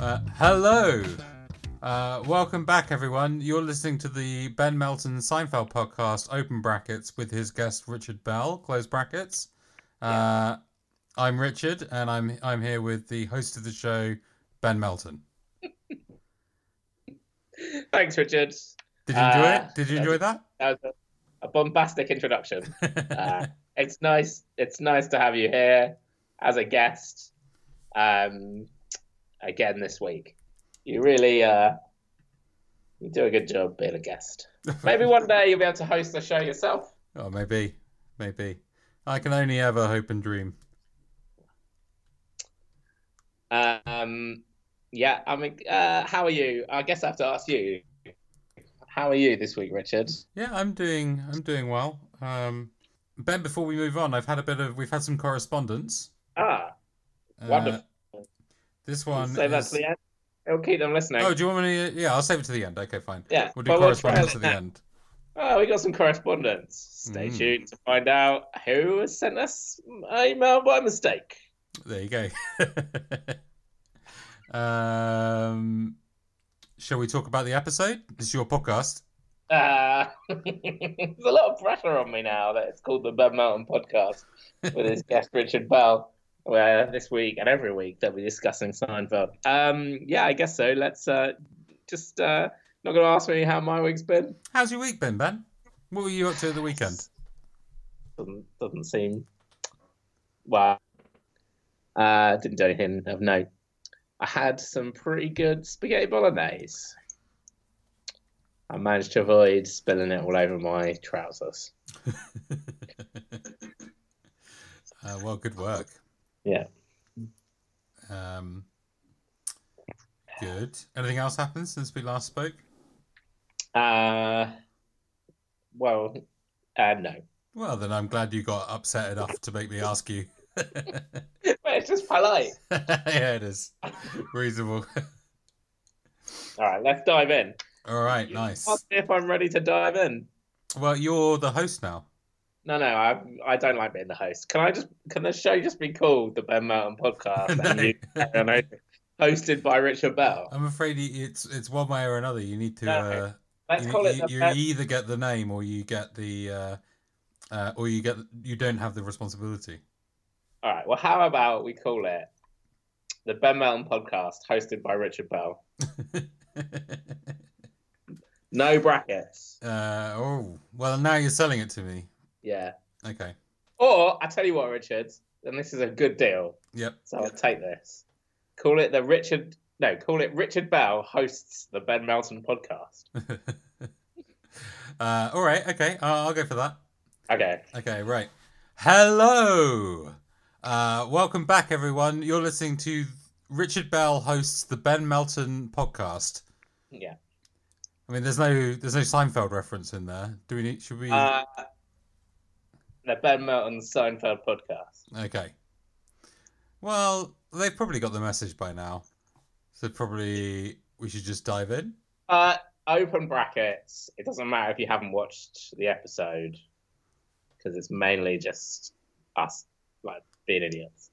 Uh, hello. Uh, welcome back, everyone. You're listening to the Ben Melton Seinfeld podcast, open brackets, with his guest Richard Bell, close brackets. Uh, I'm Richard, and I'm I'm here with the host of the show, Ben Melton. Thanks, Richard. Did you enjoy Uh, it? Did you enjoy that? That was a, a bombastic introduction. Uh, it's nice. It's nice to have you here as a guest um, again this week. You really, uh, you do a good job being a guest. Maybe one day you'll be able to host the show yourself. Oh, maybe, maybe. I can only ever hope and dream. Um, yeah. I mean, uh, how are you? I guess I have to ask you. How are you this week, Richard? Yeah, I'm doing. I'm doing well. Um, ben, before we move on, I've had a bit of. We've had some correspondence. Ah, Uh, Wonderful. This one. so that's is- the end. It'll keep them listening. Oh, do you want me to? Yeah, I'll save it to the end. Okay, fine. yeah. We'll do Well, we'll try correspondence it at the now. end. Oh, we got some correspondence. Stay Mm. tuned to find out who has sent us an email by mistake. There you go. um, shall we talk about the episode? This is your podcast. Uh, there's a lot of pressure on me now that it's called the Ben Mountain Podcast with his guest Richard Bell, where this week and every week they'll be discussing Seinfeld. Um, yeah, I guess so. Let's uh, just uh, not going to ask me how my week's been. How's your week been, Ben? What were you up to at the weekend? Doesn't doesn't seem well. Uh, didn't do anything of note. I had some pretty good spaghetti bolognese. I managed to avoid spilling it all over my trousers. Uh, well, good work. Yeah. Um, good. Anything else happened since we last spoke? Uh, well, uh, no. Well, then I'm glad you got upset enough to make me ask you. but it's just polite. yeah, it is reasonable. All right, let's dive in. All right, You nice. Ask me if I'm ready to dive in. Well, you're the host now. No, no, I I don't like being the host. Can I just can the show just be called the Ben Mountain Podcast and you, No. and I, hosted by Richard Bell? I'm afraid you- it's it's one way or another. You need to. No, Uh, Let's you, call it you- the you Ben- either get the name or you get the, uh, uh, or you get you don't have the responsibility. All right. Well, how about we call it the Ben Mountain Podcast, hosted by Richard Bell. No brackets. uh, oh well, now you're selling it to me. Yeah. Okay. Or I tell you what, Richard, and this is a good deal, Yep. so I'll take this. Call it the Richard. No, call it Richard Bell hosts the Ben Mountain Podcast. Uh, all right. Okay. I'll I'll go for that. Okay. Okay, right. Hello. Uh, welcome back, everyone. You're listening to Richard Bell hosts the Ben Melton podcast. Yeah. I mean, there's no there's no Seinfeld reference in there. Do we need? Should we? Uh, the Ben Mountain Seinfeld Podcast. okay. Well, they've probably got the message by now, so probably we should just dive in. Uh, open brackets. It doesn't matter if you haven't watched the episode because it's mainly just us like being idiots.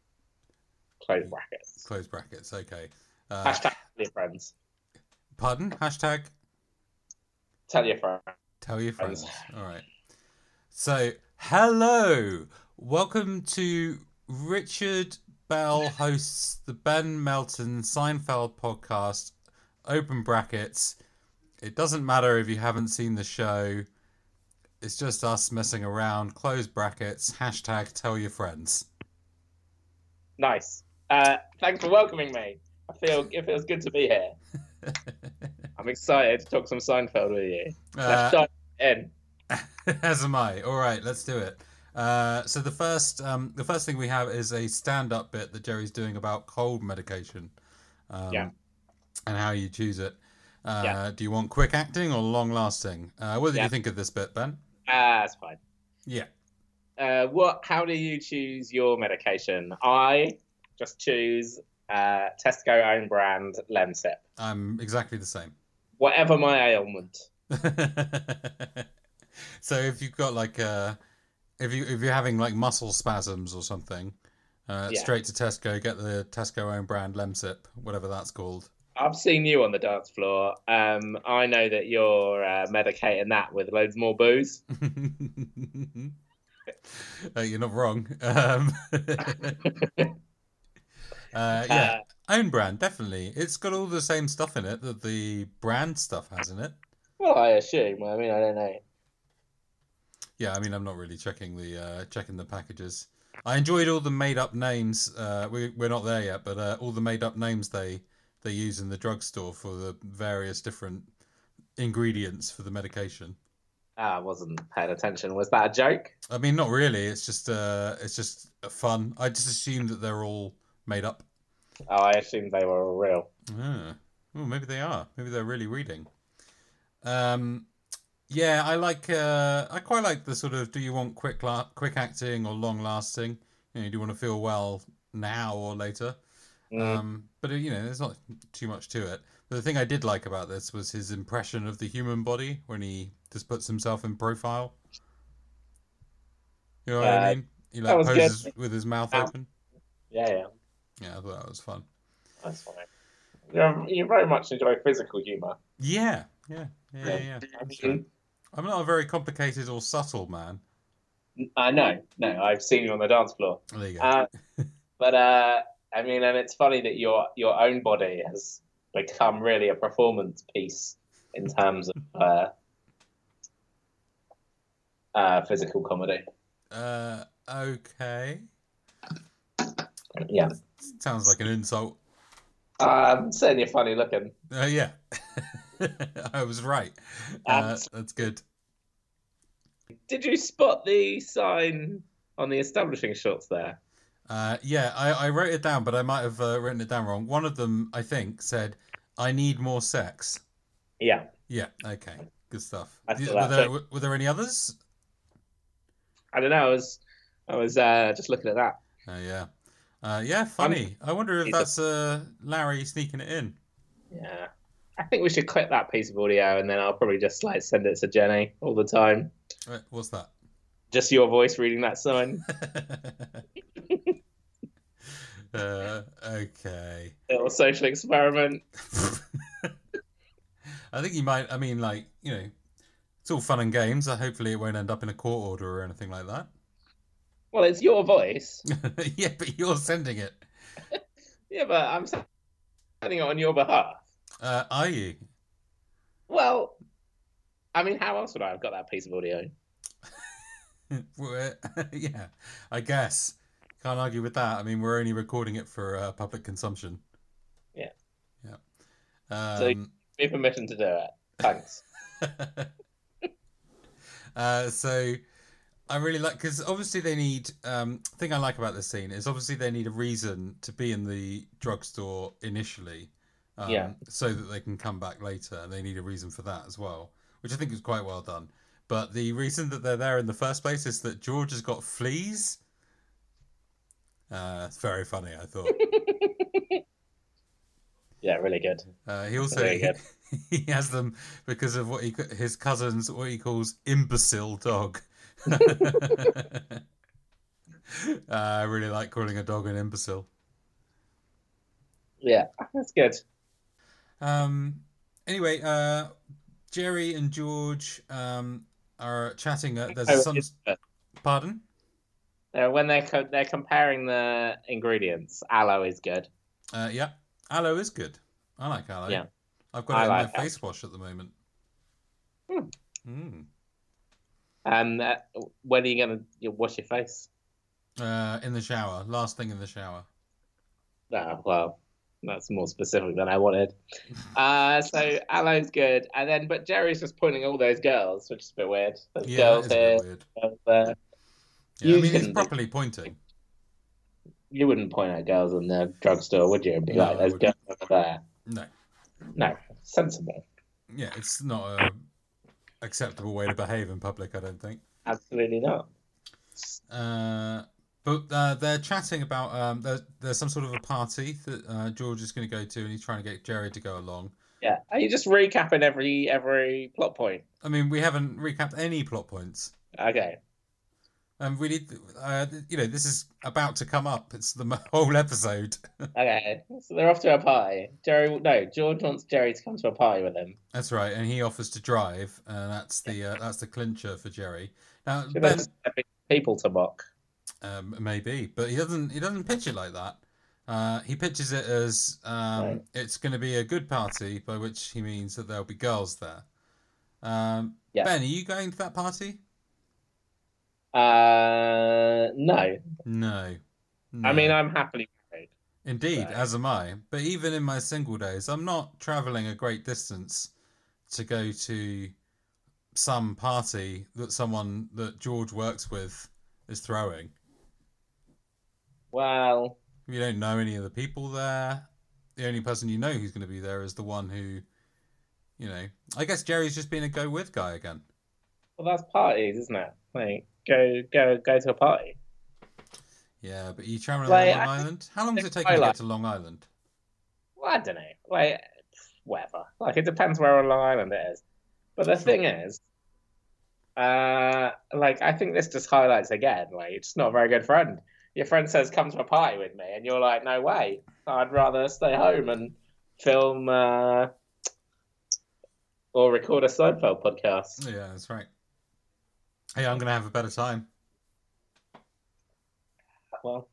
Close brackets. Close brackets. Okay. Uh, Hashtag tell your friends. Pardon. Hashtag. Tell your friends. Tell your friends. Friends. All right. So, hello. Welcome to Richard Bell hosts the Ben Melton Seinfeld podcast. Open brackets. It doesn't matter if you haven't seen the show. It's just us messing around. Close brackets. Hashtag tell your friends. Nice. Uh, thanks for welcoming me. I feel it feels good to be here. I'm excited to talk some Seinfeld with you. Let's Uh, dive in. As am I. All right, let's do it. Uh, so the first, um, the first thing we have is a stand-up bit that Jerry's doing about cold medication, um, Yeah. and how you choose it. Uh, Yeah. Do you want quick acting or long lasting? Uh, what did Yeah. you think of this bit, Ben? Ah, that's fine. Yeah. Uh, what? How do you choose your medication? I just choose uh, Tesco own brand Lemsip. I'm exactly the same. Whatever my ailment. so if you've got like uh if you if you're having like muscle spasms or something, uh, Yeah. straight to Tesco, get the Tesco own brand Lemsip, whatever that's called. I've seen you on the dance floor. Um, I know that you're uh, medicating that with loads more booze. Uh, you're not wrong. Um, uh, yeah, Uh, own brand definitely. It's got all the same stuff in it that the brand stuff has in it. well, I assume. I mean, I don't know. Yeah, I mean, I'm not really checking the uh, checking the packages. I enjoyed all the made up names. Uh, we we're not there yet, but uh, all the made up names they they use in the drugstore for the various different ingredients for the medication. Ah, I wasn't paying attention. Was that a joke? I mean, not really. It's just uh, it's just fun. I just assume that they're all made up. Oh, I assumed they were all real. Ah. Oh, maybe they are. Maybe they're really reading. Um, yeah, I like. Uh, I quite like the sort of. Do you want quick, la- quick acting or long lasting? You know, do you want to feel well now or later? Mm. Um, but uh, you know, there's not too much to it. But the thing I did like about this was his impression of the human body when he just puts himself in profile. You know what I Uh, mean? He that like was good. poses with his mouth Mouth. open. yeah, yeah, Yeah, I thought that was fun. that's fine. You're, you very much enjoy physical humour. Yeah, yeah, yeah, yeah. Yeah. yeah. I that's right. mean, I'm not a very complicated or subtle man. I know, no, I've seen you on the dance floor. There you go. Uh, but uh, I mean, and it's funny that your your own body has become really a performance piece in terms of uh, uh, physical comedy. Uh, okay. Yeah, Sounds like an insult. I'm saying you're funny looking. Uh, yeah. I was right. Uh, that's good. Did you spot the sign on the establishing shots there? Uh, yeah, I, I wrote it down, but I might have uh, written it down wrong. One of them, I think, said, I need more sex. Yeah, Yeah, okay. Good stuff. I Did- saw were, that there, were there any others? I don't know. I was I was uh, just looking at that. Oh, yeah. Uh, yeah, funny. I wonder if He's a- that's uh, Larry sneaking it in. Yeah. I think we should clip that piece of audio and then I'll probably just like send it to Jenny all the time. Uh, What's that? Just your voice reading that sign. uh, okay. little social experiment. I think you might. I mean, like you know, it's all fun and games. Uh, hopefully, it won't end up in a court order or anything like that. Well, it's your voice. yeah, but you're sending it. yeah, but I'm sending it on your behalf. Uh, are you? Well, I mean, how else would I have got that piece of audio? We're- uh, yeah, I guess. Can't argue with that. I mean, we're only recording it for uh, public consumption. Yeah. Yeah. So- Um, Be permission to do it. Thanks. uh, so I really like because obviously they need um thing I like about this scene is obviously they need a reason to be in the drugstore initially, um, Yeah. so that they can come back later. and They need a reason for that as well, which I think is quite well done. But the reason that they're there in the first place is that George has got fleas. Uh, it's very funny, I thought. yeah, really good. Uh, he also Very good. he has them because of what he c- his cousins what he calls imbecile dog. uh, I really like calling a dog an imbecile. Yeah, that's good. Um, anyway, uh, Jerry and George um, are chatting. Uh, there's some pardon. Uh, when they're co- they're comparing the ingredients, aloe is good. Uh, yeah, aloe is good. I like aloe. Yeah. I've got I it in like my aloe. face wash at the moment. Hmm. Mm. And uh, when are you gonna you wash your face? Uh, in the shower, last thing in the shower. Oh, well, that's more specific than I wanted. Uh, so aloe's good, and then but Jerry's just pointing all those girls, which is a bit weird. There's Yeah, that girls is a bit here, weird. girls there. Yeah, I You mean, he's shouldn't be. properly pointing. You wouldn't point at girls in the drugstore, would you? And be No, like, I "There's girls wouldn't. over there." No, No, sensible, yeah, it's not a acceptable way to behave in public. I don't think. absolutely not. Uh, But uh, they're chatting about um, there, there's some sort of a party that uh, George is going to go to, and he's trying to get Jerry to go along. Yeah, are you just recapping every every plot point? I mean, we haven't recapped any plot points, Okay, and we need, uh, you know, this is about to come up. It's the m- whole episode. okay. So they're off to a party. Jerry, no, George wants Jerry to come to a party with him. That's right, and he offers to drive, and that's the uh, that's the clincher for Jerry. Now, Should Ben- have people to mock. Um, maybe, but he doesn't. He doesn't pitch it like that. Uh, he pitches it as um, Right. it's going to be a good party, by which he means that there'll be girls there. Um, Yeah. Ben, are you going to that party? Uh, no. No. I mean, No. uh, I'm happily married. indeed, Right. as am I. But even in my single days, I'm not traveling a great distance to go to some party that someone that George works with is throwing. Well, You don't know any of the people there. The only person you know who's going to be there is the one who, you know. I guess Jerry's just been a go with guy again. well, that's parties, isn't it? Like, go, go, go to a party. Yeah, but you traveling Like, around Long I- Island? How long does it take I you to like- get to Long Island? Well, I don't know. Like, whatever. Like, it depends where on Long Island it is. But the Sure. thing is, uh, like, I think this just highlights again, like, you're just not a very good friend. Your friend says, come to a party with me, and you're like, no way. I'd rather stay home and film uh, or record a Seinfeld podcast. Yeah, that's right. Hey, I'm going to have a better time. Well,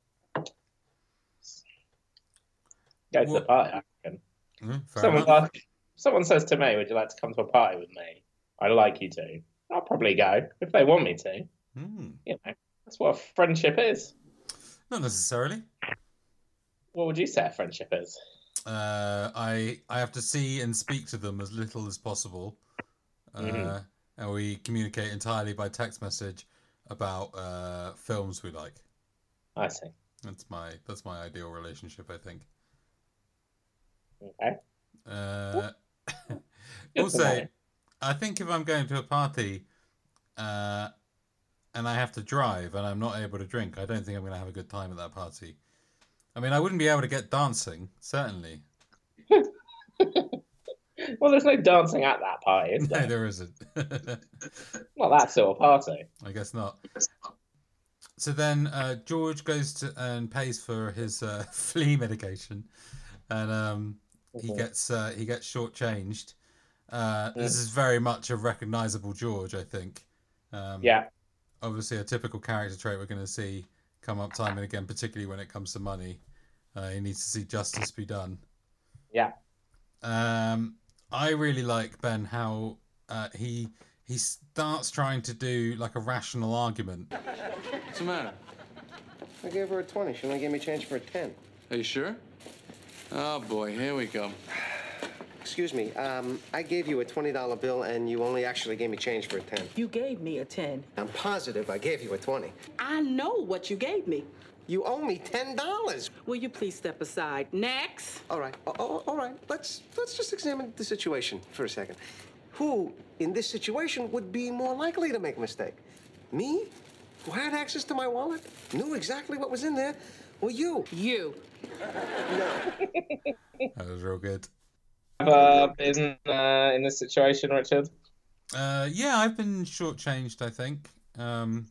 go to the Well, party. I reckon. Mm, fair Someone, enough. asks- someone says to me, "Would you like to come to a party with me?" I'd like you to. I'll probably go if they want me to. Mm, You know, that's what a friendship is. not necessarily. What would you say a friendship is? Uh, I I have to see and speak to them as little as possible, uh, Mhm. and we communicate entirely by text message about uh, films we like. I see. That's my that's my ideal relationship, I think. Okay. Uh, Good to also, know. I think if I'm going to a party, uh, and I have to drive and I'm not able to drink, I don't think I'm going to have a good time at that party. I mean, I wouldn't be able to get dancing, certainly. Well, there's no dancing at that party, is No, there? there isn't. Not that sort of party. I guess not. So then uh, George goes to and pays for his uh, flea medication, and um, he Mhm. gets uh, he gets shortchanged. Uh, This is very much a recognizable George, I think. Um, Yeah. Obviously, a typical character trait we're going to see come up time and again, particularly when it comes to money. Uh, he needs to see justice be done. Yeah. Um, I really like Ben how uh, he he starts trying to do like a rational argument. What's the matter? I gave her a 20. She only gave me change for a 10. Are you sure? Oh boy, here we go. Excuse me, um, I gave you a $20 bill and you only actually gave me change for a 10. You gave me a 10. I'm positive I gave you a 20. I know what you gave me. You owe me $10. Will you please step aside? Next. All right, oh, oh, all right, let's, let's just examine the situation for a second. Who in this situation would be more likely to make a mistake? Me, who had access to my wallet, knew exactly what was in there, or you? You. That was real good. Uh, in uh, in this situation, Richard. Uh, yeah, I've been shortchanged, I think. Um,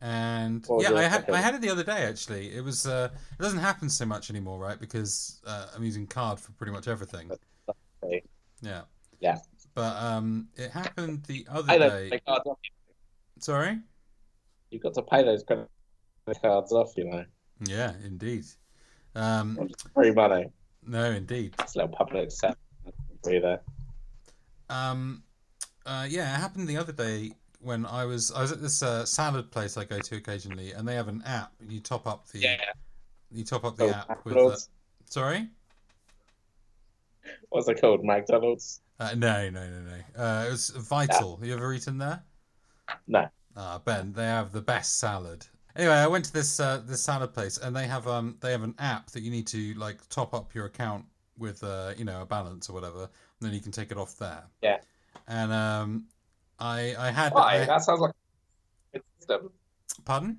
and What was yeah, your I had second? I had it the other day actually. It was uh, it doesn't happen so much anymore, right? Because uh, I'm using card for pretty much everything. right. Yeah. Yeah. But um, it happened the other Pay day. those credit cards off. Sorry. You've got to pay those credit cards off. You know, Yeah, indeed. Um, free money. no, indeed. It's a little public service. Do that. Um, uh, yeah, it happened the other day when I was I was at this uh, salad place I go to occasionally, and they have an app. And you top up the Yeah. you top up the Oh, app with. Uh, McDonald's. sorry. What's it called? McDonald's? Uh, no, no, no, no. Uh, it was vital. You ever eaten there? No. Ah, Ben, they have the best salad. Anyway, I went to this uh, this salad place, and they have um they have an app that you need to like top up your account with uh you know a balance or whatever, and then you can take it off there. Yeah. And um, I I had Why? I- That sounds like a good system. pardon.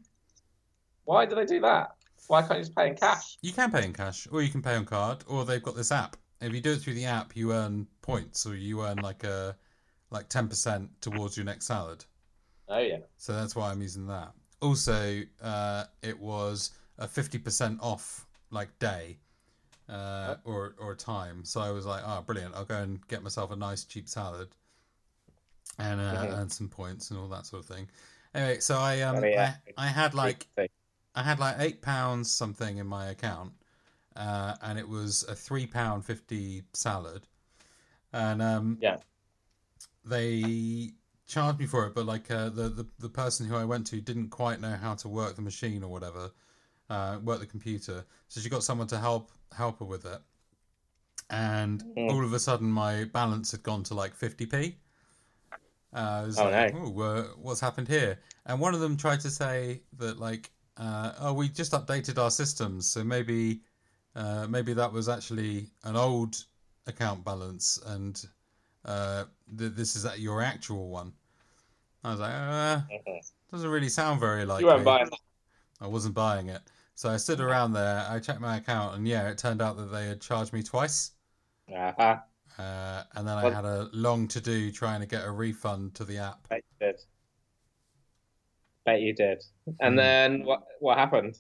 Why did I do that? Why can't you just pay in cash? You can pay in cash, or you can pay on card, or they've got this app. If you do it through the app, you earn points, or you earn like a like ten percent towards your next salad. Oh yeah. So that's why I'm using that. Also, uh, it was a fifty percent off like day uh, or or time. So I was like, oh, brilliant! I'll go and get myself a nice cheap salad and uh, Mhm. and some points and all that sort of thing. Anyway, so I um Oh, yeah. I, I had like So, I had like eight pounds something in my account, uh, and it was a three pound fifty salad, and um, Yeah. they charged me for it. But like uh, the, the the person who I went to didn't quite know how to work the machine or whatever, uh, work the computer, so she got someone to help help her with it, and Mm. all of a sudden my balance had gone to like fifty p. Uh, I was Oh, like, no. "Ooh, uh, what's happened here? And one of them tried to say that, like, uh, oh, we just updated our systems, so maybe, uh, maybe that was actually an old account balance, and uh, th- this is your actual one. I was like, uh, mhm. doesn't really sound very like You weren't me. buying that. I wasn't buying it, so I stood around there. I checked my account, and yeah, it turned out that they had charged me twice. Uh-huh. Uh, and then I What- had a long to do trying to get a refund to the app. Bet you did. Bet you did. And Hmm. then what what happened?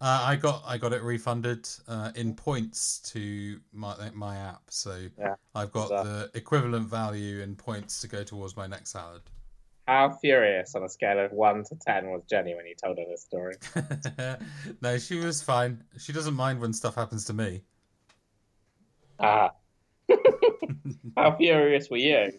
Uh, I got I got it refunded uh, in points to my my app, so Yeah, I've got bizarre. the equivalent value in points to go towards my next salad. How furious on a scale of one to ten was Jenny when you told her this story? no, she was fine. She doesn't mind when stuff happens to me. Ah. How furious were you?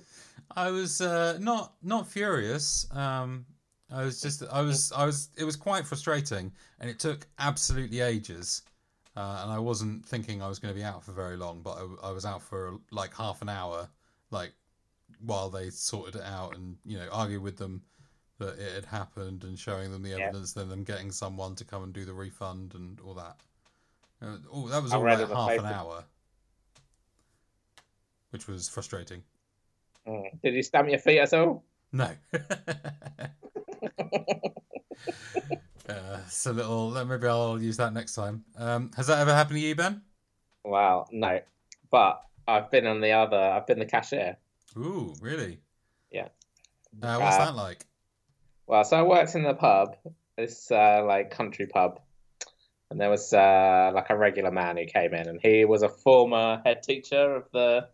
I was uh, not not furious. Um, I was just I was I was it was quite frustrating, and it took absolutely ages. Uh, and I wasn't thinking I was going to be out for very long, but I, I was out for like half an hour, like while they sorted it out and you know argue with them that it had happened and showing them the Yeah. evidence, then them getting someone to come and do the refund and all that. Uh, oh, that was I all read like in the half an paper. hour, which was frustrating. Hmm. Did you stamp your feet at all? No. uh, it's a little. uh, Maybe I'll use that next time. Um, has that ever happened to you, Ben? Well, no. But I've been on the other I've been the cashier. Ooh, really? Yeah. Uh, what's Uh, that like? Well, so I worked in the pub, this uh, like country pub, and there was uh, like a regular man who came in, and he was a former head teacher of the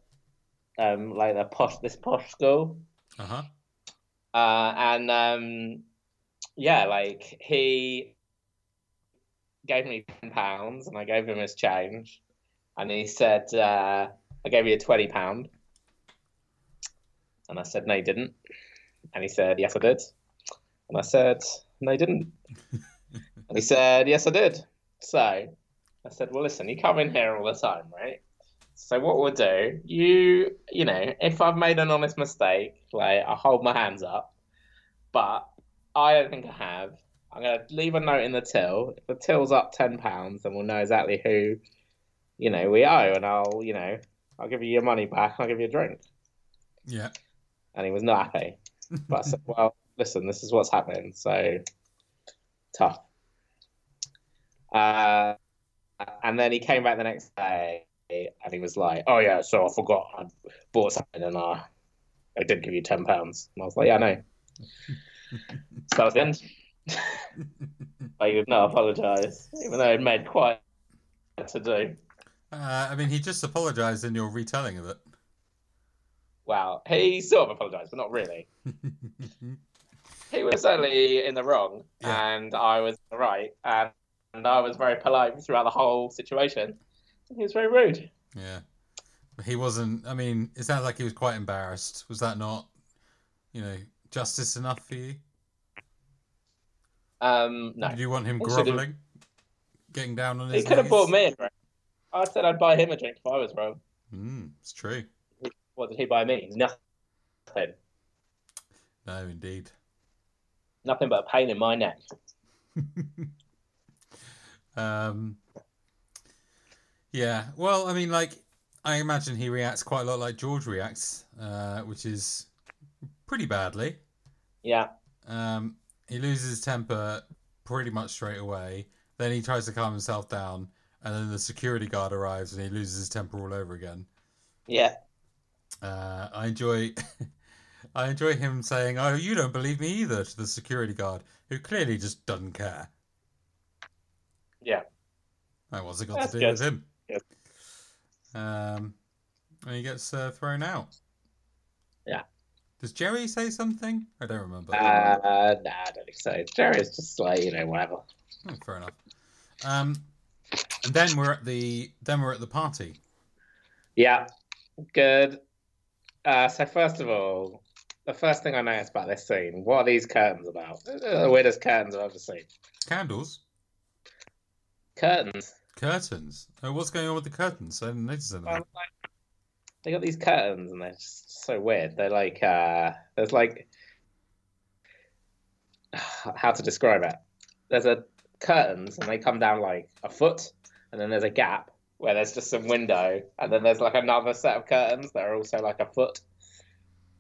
um, like the posh this posh school, Uh huh. uh, and um, yeah, like he gave me ten pounds, and I gave him his change, and he said, uh, "I gave you a twenty pound," and I said, "No, you didn't," and he said, "Yes, I did," and I said, "No, you didn't," and he said, "Yes, I did." So I said, "Well, listen, you come in here all the time, right?" So what we'll do, you you know, if I've made an honest mistake, like I hold my hands up, but I don't think I have. I'm gonna leave a note in the till. If the till's up ten pounds, then we'll know exactly who, you know, we owe, and I'll you know, I'll give you your money back. and I'll give you a drink. Yeah. And he was not happy. But I said, well, listen, this is what's happening. So tough. Uh, and then he came back the next day and he was like, oh, yeah, so I forgot I bought something and I, I did give you £10. And I was like, yeah, I know. so that was the end. but he did not apologise, even though he'd made quite a to do. Uh, I mean, he just apologized in your retelling of it. Well, he sort of apologised, but not really. he was only in the wrong Yeah. and I was in the right and, and I was very polite throughout the whole situation. He was very rude. yeah. He wasn't. I mean, it sounds like he was quite embarrassed. Was that not, you know, justice enough for you? Um, no, Did you want him He should've- groveling, getting down on he his? could have knees? bought me a drink. I said I'd buy him a drink if I was wrong. Mm, it's true. What did he buy me? Nothing. No, indeed. Nothing but a pain in my neck. Um, yeah. Well, I mean, like, I imagine he reacts quite a lot like George reacts, uh, which is pretty badly. Yeah, Um, he loses his temper, pretty much straight away. Then he tries to calm himself down, and then the security guard arrives and he loses his temper all over again. Yeah. Uh, I enjoy, I enjoy him saying, "Oh, you don't believe me either," to the security guard, who clearly just doesn't care. Yeah. Like, what's it got That's to do good. with him? Yep. Um, and he gets uh, thrown out. Yeah. Does Jerry say something? I don't remember. Uh, nah, I don't think so. Jerry's just like you know whatever. Oh, fair enough. Um, and then we're at the then we're at the party. Yeah, good. Uh, so first of all, the first thing I noticed about this scene: what are these curtains about? They're the weirdest curtains I've ever seen. Candles, Curtains. curtains. Oh, what's going on with the curtains? I didn't notice anything. Well, like, they got these curtains and they're just so weird. They're like uh there's like how to describe it. There's a curtains and they come down like a foot and then there's a gap where there's just some window and then there's like another set of curtains that are also like a foot.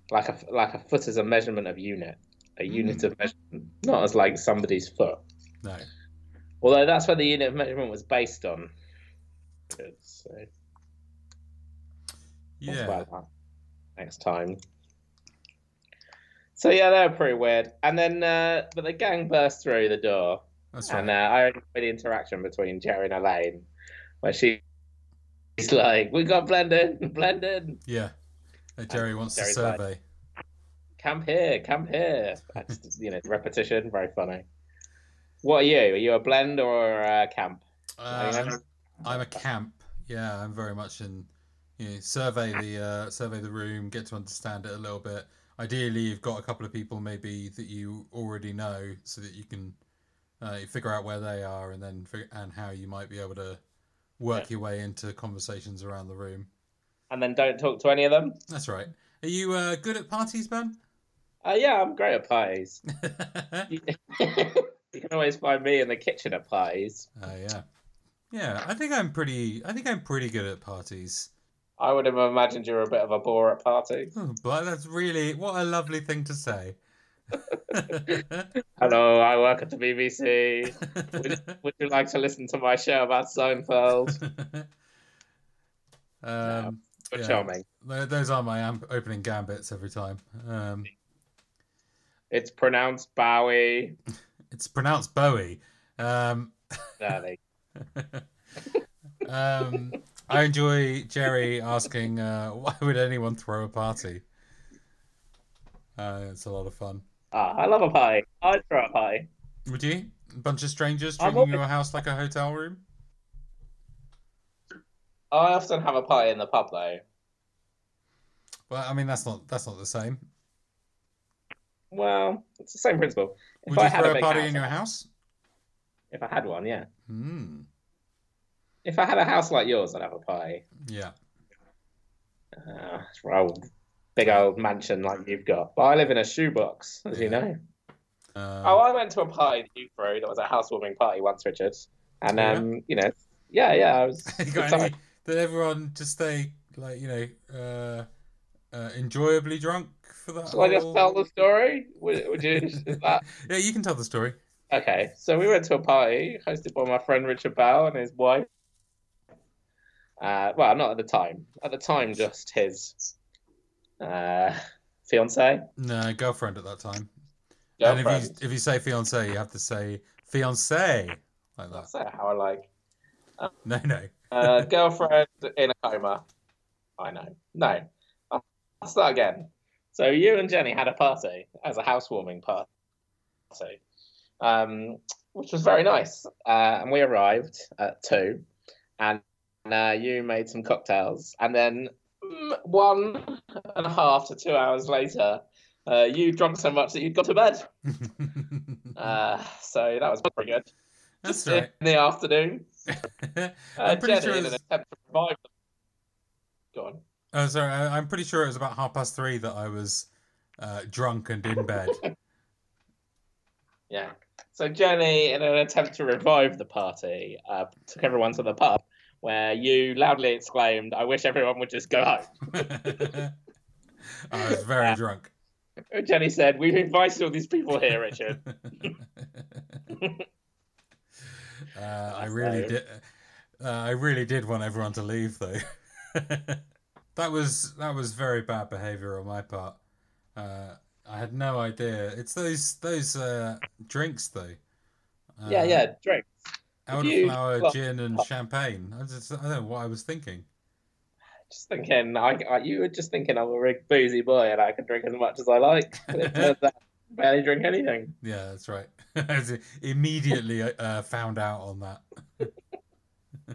Like a like a foot is a measurement of unit. A unit of measurement. Not as like somebody's foot. No. Although that's what the unit of measurement was based on. It's, uh, Think Yeah. about that next time. So yeah, they're pretty weird. And then, uh, but the gang burst through the door, That's and right. uh, I enjoy the interaction between Jerry and Elaine, where she, she's like, "We got blended, blended, Yeah. Uh, Jerry wants to Jerry's survey. camp here, camp here." That's just, you know repetition, very funny. What are you? Are you a blend or a camp? Uh, I mean, I'm, I'm a camp. Yeah, I'm very much in. You know, survey the uh, survey the room, get to understand it a little bit. Ideally, you've got a couple of people maybe that you already know, so that you can uh, figure out where they are and then fig- and how you might be able to work your way into conversations around the room. And then don't talk to any of them. That's right. Are you uh, good at parties, Ben? Uh, Uh, yeah, I'm great at pies. you can always find me in the kitchen at pies. Oh yeah, yeah. I think I'm pretty. I think I'm pretty good at parties. I would have imagined you were a bit of a bore at parties. Oh, but that's really what a lovely thing to say. Hello, I work at the BBC. Would, would you like to listen to my show about Seinfeld? um, You're Yeah. charming. tho- those are my am- opening gambits every time. Um, It's pronounced Bowie. it's pronounced Bowie. Um, There they- um, I enjoy Jerry asking, uh, "Why would anyone throw a party?" Uh, it's a lot of fun. Ah, I love a pie. I'd throw a pie. Would you? A bunch of strangers I'm treating open. your house like a hotel room? I often have a pie in the pub, though. Well, I mean that's not that's not the same. Well, it's the same principle. If Would I you had throw a big party house, in your house? If I had one, yeah. Hmm. If I had a house like yours, I'd have a pie. Yeah. Uh, for our big old mansion like you've got. But I live in a shoebox, as you Yeah. know. Um, Oh, I went to a party that you threw that was a housewarming party once, Richard. And Yeah. um, you know, yeah, yeah, I was. You got any- did everyone just stay like you know uh, uh, enjoyably drunk for that? Shall I just whole- tell the story? Would, would you? Is that yeah, you can tell the story. okay? So we went to a party hosted by my friend Richard Bell and his wife. Uh, well, not at the time. At the time, just his uh, fiance, No, girlfriend at that time. And if girlfriend. you if you say fiance, you have to say fiance like that. That's how I like No, no. uh, girlfriend in a coma. I know. No. I'll I'll start again. So you and Jenny had a party as a housewarming party, um, which was very nice. Uh, and we arrived at two, and uh, you made some cocktails. And then mm, one and a half to two hours later, uh, you drunk so much that you'd gone to bed. Uh, so that was pretty good. That's Just right. in the afternoon, uh, I'm pretty Jenny sure in it's- an attempt to revive them. Go on. Oh, sorry, I, I'm pretty sure it was about half past three that I was uh, drunk and in bed. Yeah. So Jenny, in an attempt to revive the party, uh, took everyone to the pub, where you loudly exclaimed, "I wish everyone would just go home." I was very drunk. Jenny said, "We've invited all these people here, Richard." Uh, I really Same. did. Uh, I really did want everyone to leave, though. that was that was very bad behaviour on my part. Uh, I had no idea. It's those those uh, drinks, though. Uh, yeah, yeah, drink. you- Elderflower, well- uh, gin, and champagne. I just I don't know what I was thinking. Just thinking, I, I, you were just thinking I'm a big boozy boy and I can drink as much as I like. But it turns out I barely drink anything. Yeah, that's right. I was immediately uh, found out on that.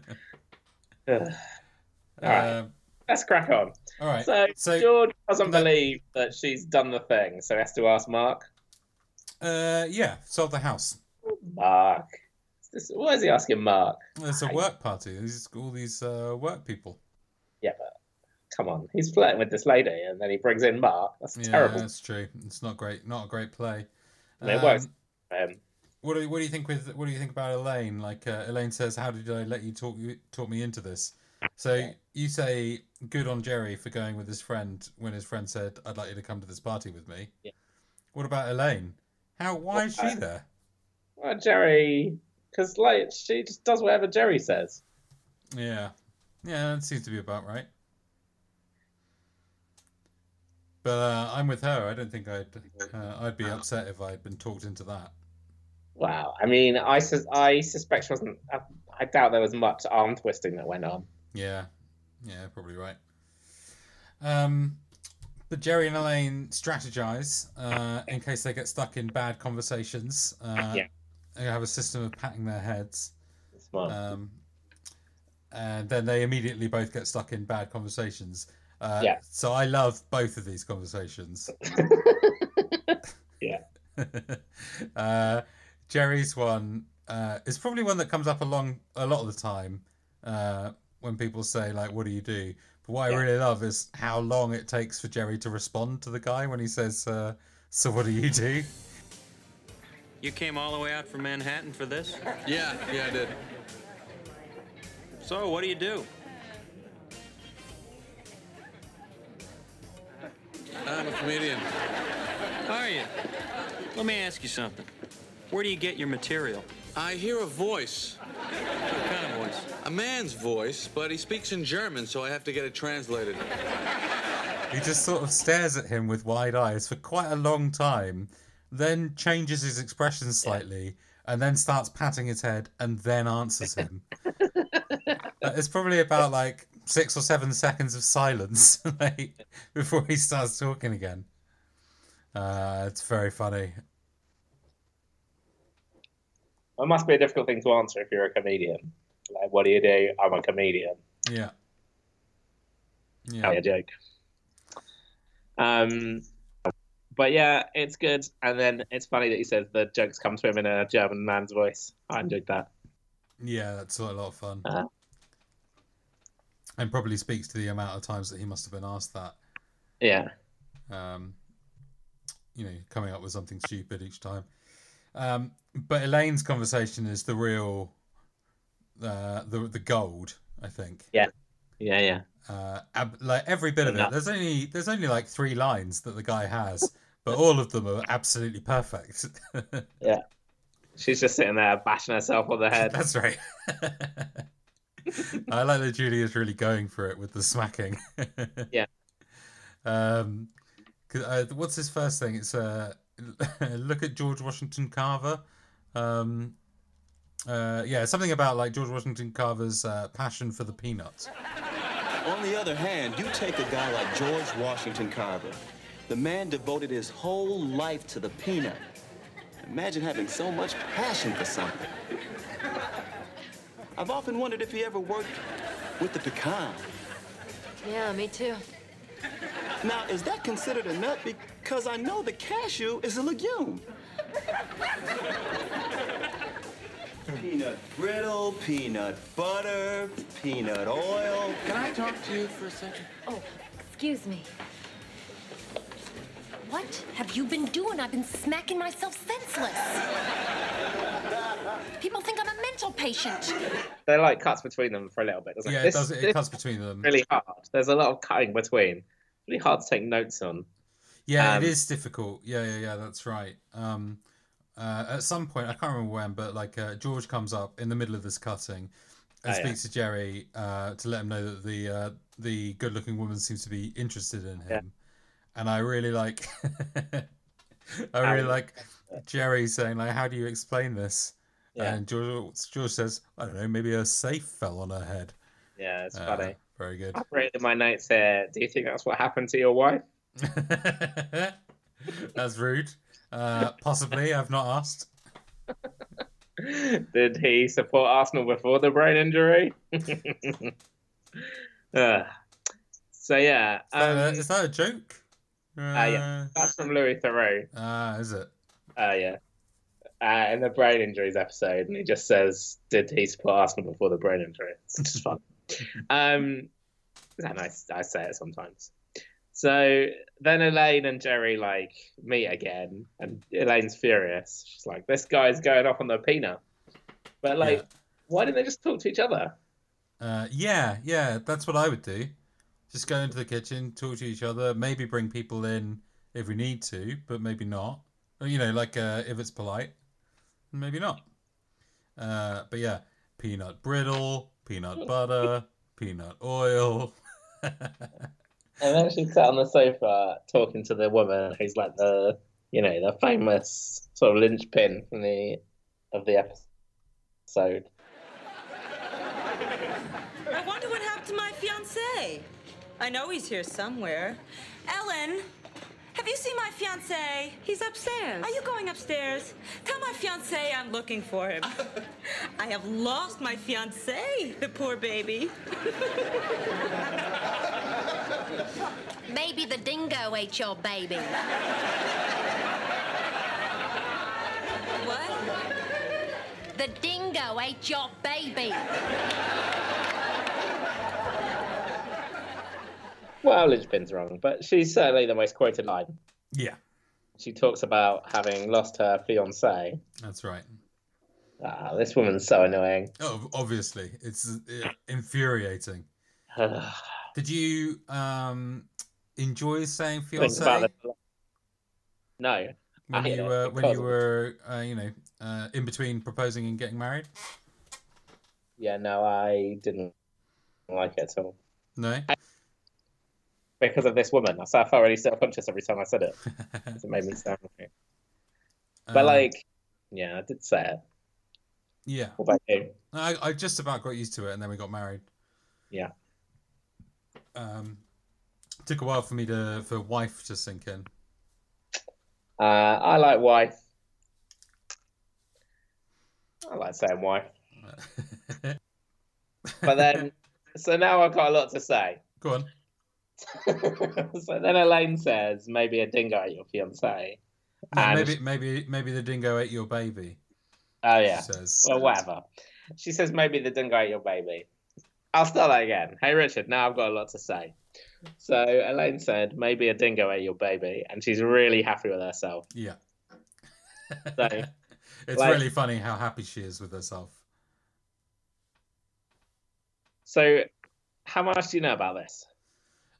Ugh. All right. Uh, Let's crack on. all right. So, So- George doesn't No. believe that she's done the thing, so he has to ask Mark. Uh, yeah, sold the house. Mark, Is this- why is he asking Mark? It's a Right. work party. These all these uh, work people. Come on, he's flirting with this lady, and then he brings in Mark. That's Yeah, terrible. that's true. It's not great. Not a great play. Um, And it works. for him. What do you, what do you think with what do you think about Elaine? Like uh, Elaine says, "How did I let you talk you talk me into this?" So you say, "Good on Jerry for going with his friend." When his friend said, "I'd like you to come to this party with me." Yeah. What about Elaine? How? Why is she there? Well, Jerry, because like she just does whatever Jerry says. Yeah, yeah, that seems to be about right. But uh, I'm with her. I don't think I'd uh, I'd Uh-huh. be upset if I'd been talked into that. Wow. I mean, I sus- I suspect she wasn't. I, I doubt there was much arm twisting that went on. Yeah, yeah, probably right. Um, but Jerry and Elaine strategize uh, in case they get stuck in bad conversations. Uh, Yeah. They have a system of patting their heads, Smart. um, and then they immediately both get stuck in bad conversations. Uh, Yeah. So I love both of these conversations. Yeah. uh, Jerry's one uh, is probably one that comes up along a lot of the time uh, when people say like, "What do you do?" But what Yeah. I really love is how long it takes for Jerry to respond to the guy when he says, uh, "So what do you do?" You came all the way out from Manhattan for this? Yeah, yeah, I did. So, what do you do? I'm a comedian. Are you? Let me ask you something. Where do you get your material? I hear a voice, What kind of voice? a man's voice, but he speaks in German, so I have to get it translated. He just sort of stares at him with wide eyes for quite a long time, then changes his expression slightly, and then starts patting his head and then answers him. Uh, it's probably about like six or seven seconds of silence like, before he starts talking again. Uh, it's very funny. It must be a difficult thing to answer if you're a comedian. Like, what do you do? I'm a comedian. Yeah. Tell you Yeah. a joke. Um, but yeah, it's good. And then it's funny that he says the jokes come to him in a German man's voice. I enjoyed that. Yeah, that's a lot of fun. Uh-huh. And probably speaks to the amount of times that he must have been asked that. Yeah, um, you know, coming up with something stupid each time. Um, but Elaine's conversation is the real, uh, the the gold, I think. yeah, yeah. Uh, ab- like every bit of it. Enough. There's only there's only like three lines that the guy has, but all of them are absolutely perfect. She's just sitting there bashing herself on the head. That's right. I like that Julia's really going for it with the smacking. Yeah. Um, 'cause, uh, what's his first thing? It's uh, look at George Washington Carver. Um, uh, yeah, something about like George Washington Carver's uh, passion for the peanuts. On the other hand, you take a guy like George Washington Carver. The man devoted his whole life to the peanut. Imagine having so much passion for something. I've often wondered if he ever worked with the pecan. Yeah, me too. Now, is that considered a nut? Because I know the cashew is a legume. peanut brittle, peanut butter, peanut oil. Can I talk to you for a second? Oh, excuse me. What have you been doing? I've been smacking myself senseless. People think I'm a mental patient. They're like cuts between them for a little bit. doesn't Yeah, it This- does. It this cuts between them. is really hard. There's a lot of cutting between. Really hard to take notes on. Yeah, Um, it is difficult. Yeah, yeah, yeah. That's right. Um, uh, at some point, I can't remember when, but like uh, George comes up in the middle of this cutting and Oh, yeah. speaks to Jerry uh, to let him know that the uh, the good looking woman seems to be interested in him, and I really like, I really Um, like Jerry saying like, "How do you explain this?" Yeah. And George George says, "I don't know. Maybe a safe fell on her head." Yeah, it's Uh, funny. Very good. I've written in my notes here. Do you think that's what happened to your wife? That's rude. Uh, possibly, I've not asked. Did he support Arsenal before the brain injury? Ugh. so yeah, Is that, a- um, is that a joke? Uh, yeah. that's from Louis Theroux. Ah, is it? Uh, yeah, uh, in the brain injuries episode, and he just says, "Did he support Arsenal before the brain injury?" It's just fun. um, and I, I say it sometimes. So then Elaine and Jerry like meet again, and Elaine's furious. She's like, "This guy's going off on the peanut," but like. Yeah. Why didn't they just talk to each other? Uh, yeah, yeah, that's what I would do. Just go into the kitchen, talk to each other, maybe bring people in if we need to, but maybe not. Or, You know, like uh, if it's polite, maybe not. Uh, but yeah, peanut brittle, peanut butter, peanut oil. And then she sat on the sofa talking to the woman who's like the, you know, the famous sort of linchpin from the of the episode. I wonder what happened to my fiance. I know he's here somewhere. Ellen, have you seen my fiance? He's upstairs. Are you going upstairs? Tell my fiance I'm looking for him. I have lost my fiance, the poor baby. Maybe the dingo ate your baby. What? The dingo ate your baby. Well, linchpin's wrong, but she's certainly the most quoted line. Yeah, She talks about having lost her fiance. that's right. Ah, this woman's so annoying. Oh, obviously, it's uh, infuriating. Did you um, enjoy saying Think fiance? about this. a lot. No, when I you know, were when because- you were uh, you know uh, in between proposing and getting married yeah, no, I didn't like it at all no because of this woman. So I felt really self-conscious every time I said it. It made me sound. Like... But Um, like, yeah, I did say it. yeah What about you? I, I just about got used to it and then we got married Yeah. um took a while for me to for wife to sink in Uh, I like wife. I like saying wife. But then, so now I've got a lot to say. go on so then Elaine says, maybe a dingo at your fiance. No, And- maybe maybe maybe the dingo ate your baby Oh, yeah. she says Well, whatever. She says, maybe the dingo ate your baby. I'll start that again. Hey, Richard, now I've got a lot to say. So Elaine said, maybe a dingo ate your baby. And she's really happy with herself. yeah So, it's Like- really funny how happy she is with herself so how much do you know about this?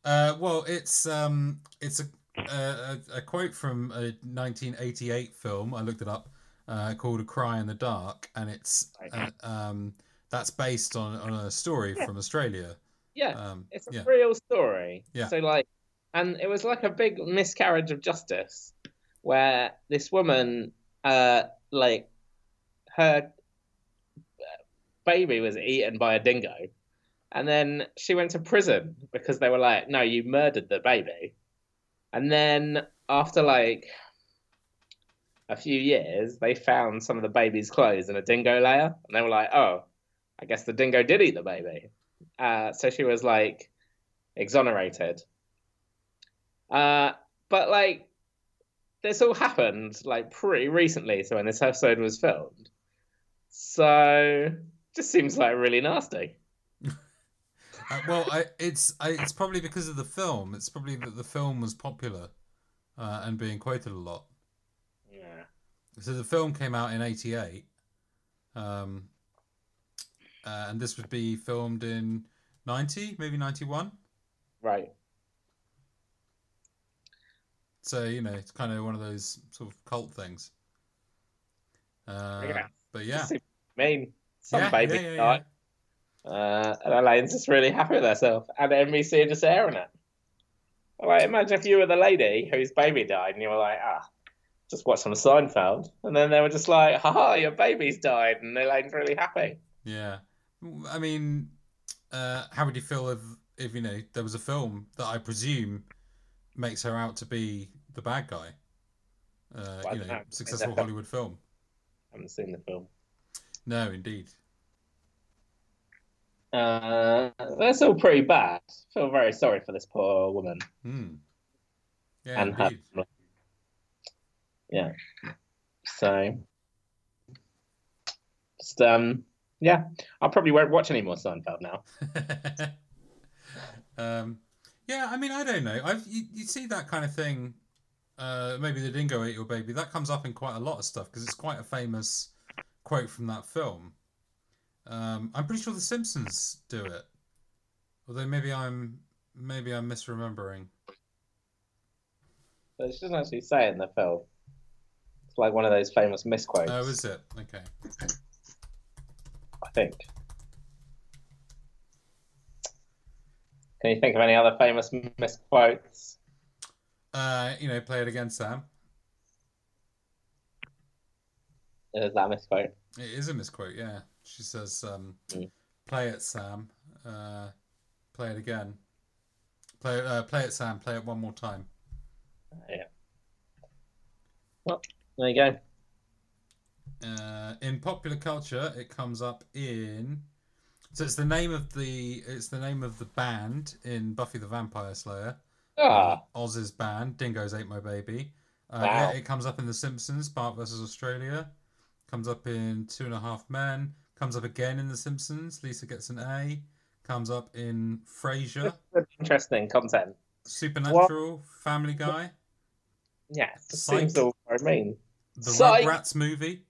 Uh, well, it's um, it's a, a a- a quote from a 1988 film. I looked it up, uh, called "A Cry in the Dark," and it's uh, um, that's based on, on a story from Australia. Yeah. Um, It's a yeah, real story. Yeah. So like, and it was like a big miscarriage of justice, where this woman, uh, like, her baby was eaten by a dingo, and then she went to prison because they were like, "No, you murdered the baby," and then after like a few years, they found some of the baby's clothes in a dingo layer, and they were like, "Oh, I guess the dingo did eat the baby." Uh, so she was like exonerated. Uh, but like, this all happened like pretty recently, so when this episode was filmed. So just seems like really nasty. Uh, well, I, it's I, it's probably because of the film. It's probably that the film was popular uh, and being quoted a lot. Yeah. So the film came out in '88, um, uh, and this would be filmed in '90, maybe '91. Right. So you know, it's kind of one of those sort of cult things. Uh, Yeah. But yeah. Super mean. Some Yeah, baby yeah, yeah, tonight. Uh, and Elaine's just really happy with herself. And NBC are just airing it. Like, imagine if you were the lady whose baby died and you were like, ah, just watch some Seinfeld. And then they were just like, ha ha, your baby's died. And Elaine's really happy. Yeah. I mean, uh, how would you feel if, if, you know, there was a film that I presume makes her out to be the bad guy? Uh, Well, I you don't know, know. successful Hollywood film. I haven't seen the film. No, indeed. Uh, that's all pretty bad. feel very sorry for this poor woman Hmm. Yeah, and her. indeed. family. Yeah. So, just um, yeah, I probably won't watch any more Seinfeld now. um, yeah, I mean, I don't know. I've you, you see that kind of thing. Uh, maybe the dingo ate your baby. That comes up in quite a lot of stuff because it's quite a famous quote from that film. Um, I'm pretty sure The Simpsons do it, although maybe I'm maybe I'm misremembering. But she doesn't actually say it in the film. It's like one of those famous misquotes. Oh, is it? Okay. I think. Can you think of any other famous misquotes? Uh, you know, play it again, Sam. Is that a misquote? It is a misquote. Yeah, she says, um, Mm. "Play it, Sam. Uh, play it again. Play it. Uh, play it, Sam. Play it one more time." There you go. Uh, in popular culture, it comes up in. So it's the name of the it's the name of the band in Buffy the Vampire Slayer. Ah, Oz's band, Dingoes Ate My Baby. Uh, Wow. yeah, it comes up in The Simpsons, Bart versus Australia. Comes up in Two and a Half Men. Comes up again in The Simpsons. Lisa gets an A. Comes up in Frasier, that's interesting content. Supernatural, Family Guy, Yeah, it just Psych. seems all very mean. the Psych. Rugrats movie.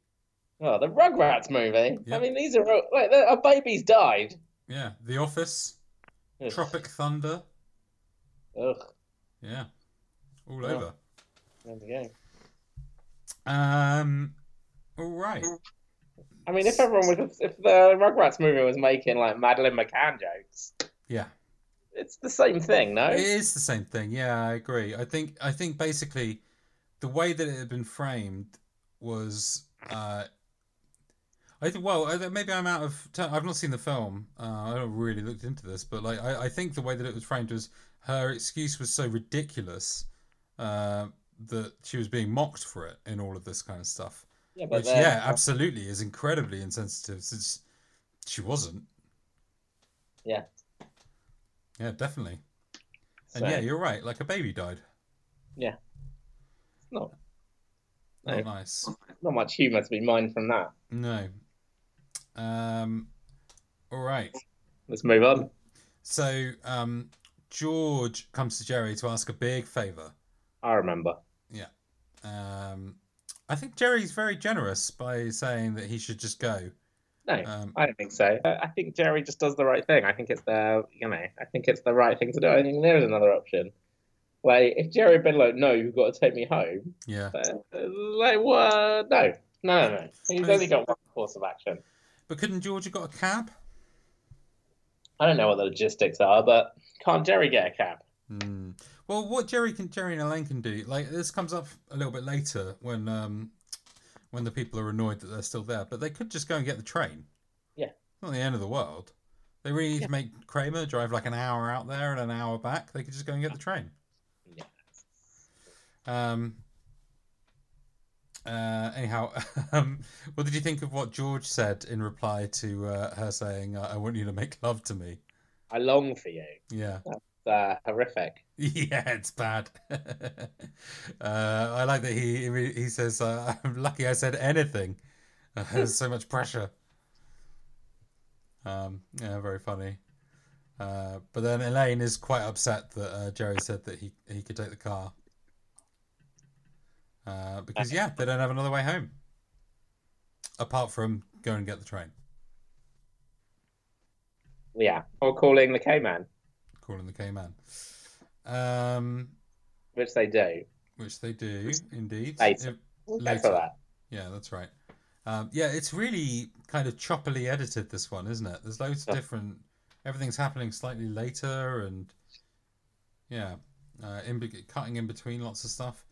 Oh, the Rugrats movie. Yeah. I mean, these are all, like the- a baby's died. Yeah, The Office, Ugh. Tropic Thunder. Ugh. Yeah, all Yeah. over. There we go. Um, all right. I mean, if everyone was, if the Rugrats movie was making like Madeline McCann jokes, Yeah. it's the same thing, no? It is the same thing. Yeah, I agree. I think I think basically the way that it had been framed was uh I think well I- maybe I'm out of turn. I've not seen the film. Uh, I don't really looked into this, but like I, I think the way that it was framed was her excuse was so ridiculous uh, that she was being mocked for it in all of this kind of stuff. Yeah, Which they're- yeah, absolutely is incredibly insensitive since she wasn't. Yeah. Yeah, definitely. And so, yeah, you're right. Like a baby died. it's not Not No. nice. not much humour to be mined from that. No. Um. All right. Let's move on. So um, George comes to Jerry to ask a big favor. I remember. Um, I think Jerry's very generous by saying that he should just go. No, Um, I don't think so. Uh, I I think Jerry just does the right thing. I think it's the you know, I think it's the right thing to do. I think there is another option. Like if Jerry had been like, no, you've got to take me home. Yeah. uh, Like what? No, no, no, no. He's only got one course of action. But couldn't George have got a cab? I don't know what the logistics are, but can't Jerry get a cab? Hmm. Well, what Jerry can Jerry and Elaine can do, like this comes up a little bit later when um, when the people are annoyed that they're still there, but they could just go and get the train. Yeah. Not the end of the world. They really need to make Kramer drive like an hour out there and an hour back. They could just go and get the train. Yeah. Um. Uh, anyhow, um, what did you think of what George said in reply to uh, her saying, "I I want you to make love to me"? I long for you. Yeah. It's uh, horrific. Yeah, it's bad. uh, I like that he he says, uh, "I'm lucky I said anything." Uh, There's so much pressure. Um, yeah, very funny. Uh, but then Elaine is quite upset that uh, Jerry said that he he could take the car. Uh, because yeah, they don't have another way home. Apart from go and get the train, Yeah, or calling the K man, calling the K man, um, which they do. which they do indeed. Later. If- We'll get to Later. that. Yeah, that's right. Um, yeah, it's really kind of choppily edited this one, isn't it? There's loads of Yeah. different. Everything's happening slightly later, and yeah, uh, in be- cutting in between lots of stuff.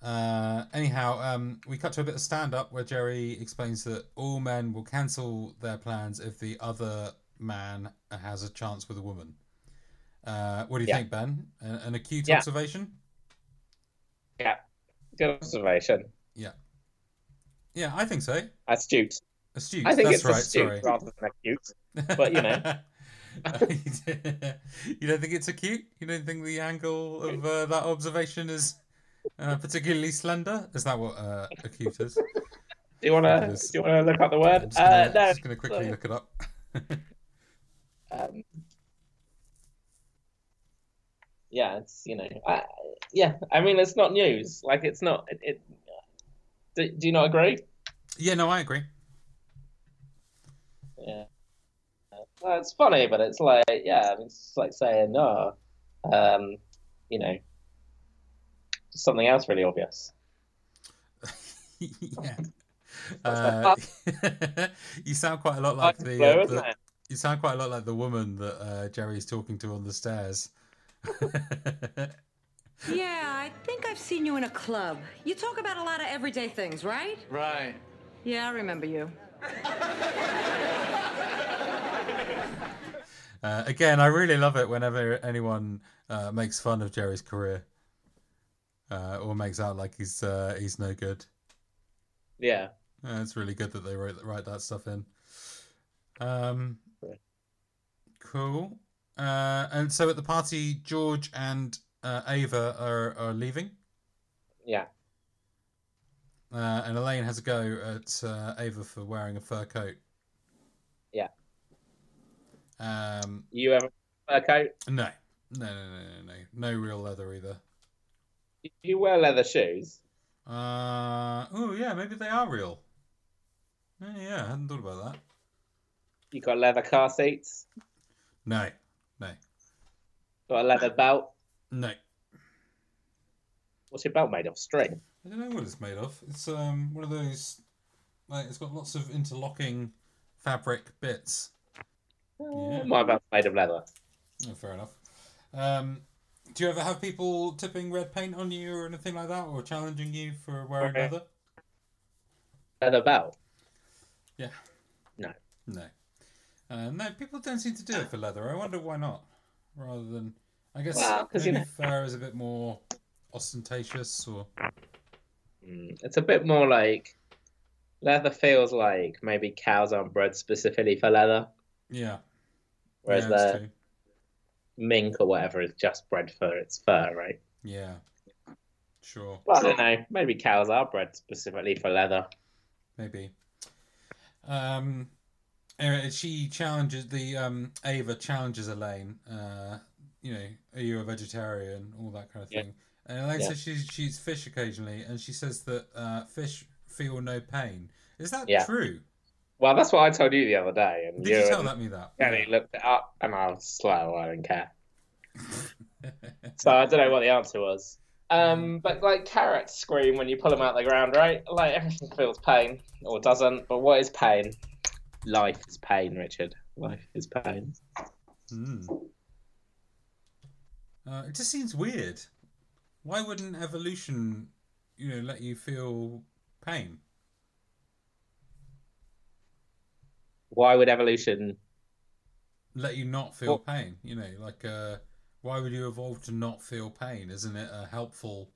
Uh, anyhow, um, we cut to a bit of stand up where Jerry explains that all men will cancel their plans if the other man has a chance with a woman. Uh, what do you Yeah. think, Ben? An, an acute Yeah. observation? Yeah, good observation. Yeah. Yeah, I think so. Astute. Astute. I think That's it's right. astute Sorry. rather than acute. but, you know. you don't think it's acute? You don't think the angle of uh, that observation is uh, particularly slender? Is that what uh, acute is? Do you want to do Fabulous. you want to look up the I'm word? just gonna, uh, no, just gonna quickly sorry. look it up. Um, yeah, it's you know, I, yeah. I mean, it's not news. Like, it's not. It. it do, do you not agree? yeah, no, I agree. Yeah. Well, it's funny, but it's like, yeah, I mean, it's like saying, no, um, you know, something else really obvious. yeah. Uh, you sound quite a lot like It's the, slow, uh, isn't the it? you sound quite a lot like the woman that uh, Jerry's talking to on the stairs. Yeah, I think I've seen you in a club. You talk about a lot of everyday things, right? Right. Yeah, I remember you. Uh, again, I really love it whenever anyone uh, makes fun of Jerry's career uh, or makes out like he's uh, he's no good. Yeah. Uh, it's really good that they wrote write that stuff in. Um, Right. cool. Uh, and so at the party, George and uh, Ava are are leaving, Yeah. uh, and Elaine has a go at uh, Ava for wearing a fur coat. Yeah. Um, You ever wear a coat? no, no, no, no, no, no, no real leather either. Do You wear leather shoes. Uh, oh yeah, maybe they are real. Yeah, yeah, I hadn't thought about that. You got leather car seats. No, no, Got a leather belt. no. What's your belt made of? String. I don't know what it's made of. It's um one of those like it's got lots of interlocking fabric bits. Yeah. My belt's made of leather. Oh, fair enough. Um do you ever have people tipping red paint on you or anything like that or challenging you for wearing Okay. leather? Leather belt. Yeah. No. No. Uh, no, people don't seem to do it for leather. I wonder why not. Rather than I guess Well, 'cause, you maybe know- fur is a bit more ostentatious or Mm, It's a bit more like leather feels like maybe cows aren't bred specifically for leather, yeah. whereas yeah, the that's true. mink or whatever is just bred for its fur, right? yeah. Sure. Well, I don't know. Maybe cows are bred specifically for leather. maybe. Um, anyway, she challenges the um Ava challenges Elaine. Uh, you know, are you a vegetarian? All that kind of Yeah. thing. And Elaine Yeah. says she she eats fish occasionally, and she says that uh, fish feel no pain. Is that Yeah. true? Well, that's what I told you the other day, and Did you, you tell and that me that? Kenny looked it up, and I was slow. I don't care. so I don't know what the answer was. Um, but like carrots scream when you pull them out of the ground, right? Like everything feels pain or doesn't. But what is pain? Life is pain, Richard. Life is pain. Hmm. Uh, it just seems weird. Why wouldn't evolution, you know, let you feel pain? Why would evolution? let you not feel pain. You know, like uh, why would you evolve to not feel pain? Isn't it a helpful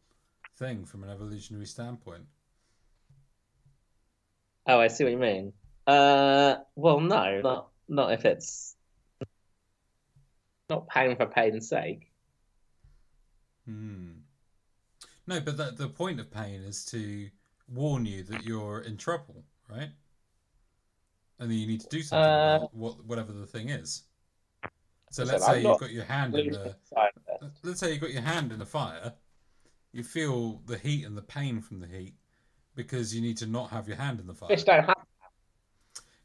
thing from an evolutionary standpoint? Oh, I see what you mean. Uh, well, no, not not if it's not pain for pain's sake. Hmm. No, but that, the point of pain is to warn you that you're in trouble, right? And then you need to do something Uh, about what whatever the thing is. So Listen, let's I'm say not you've got your hand in Losing the sight of it. let's say you've got your hand in a fire, you feel the heat and the pain from the heat because you need to not have your hand in the fire. Fish don't have.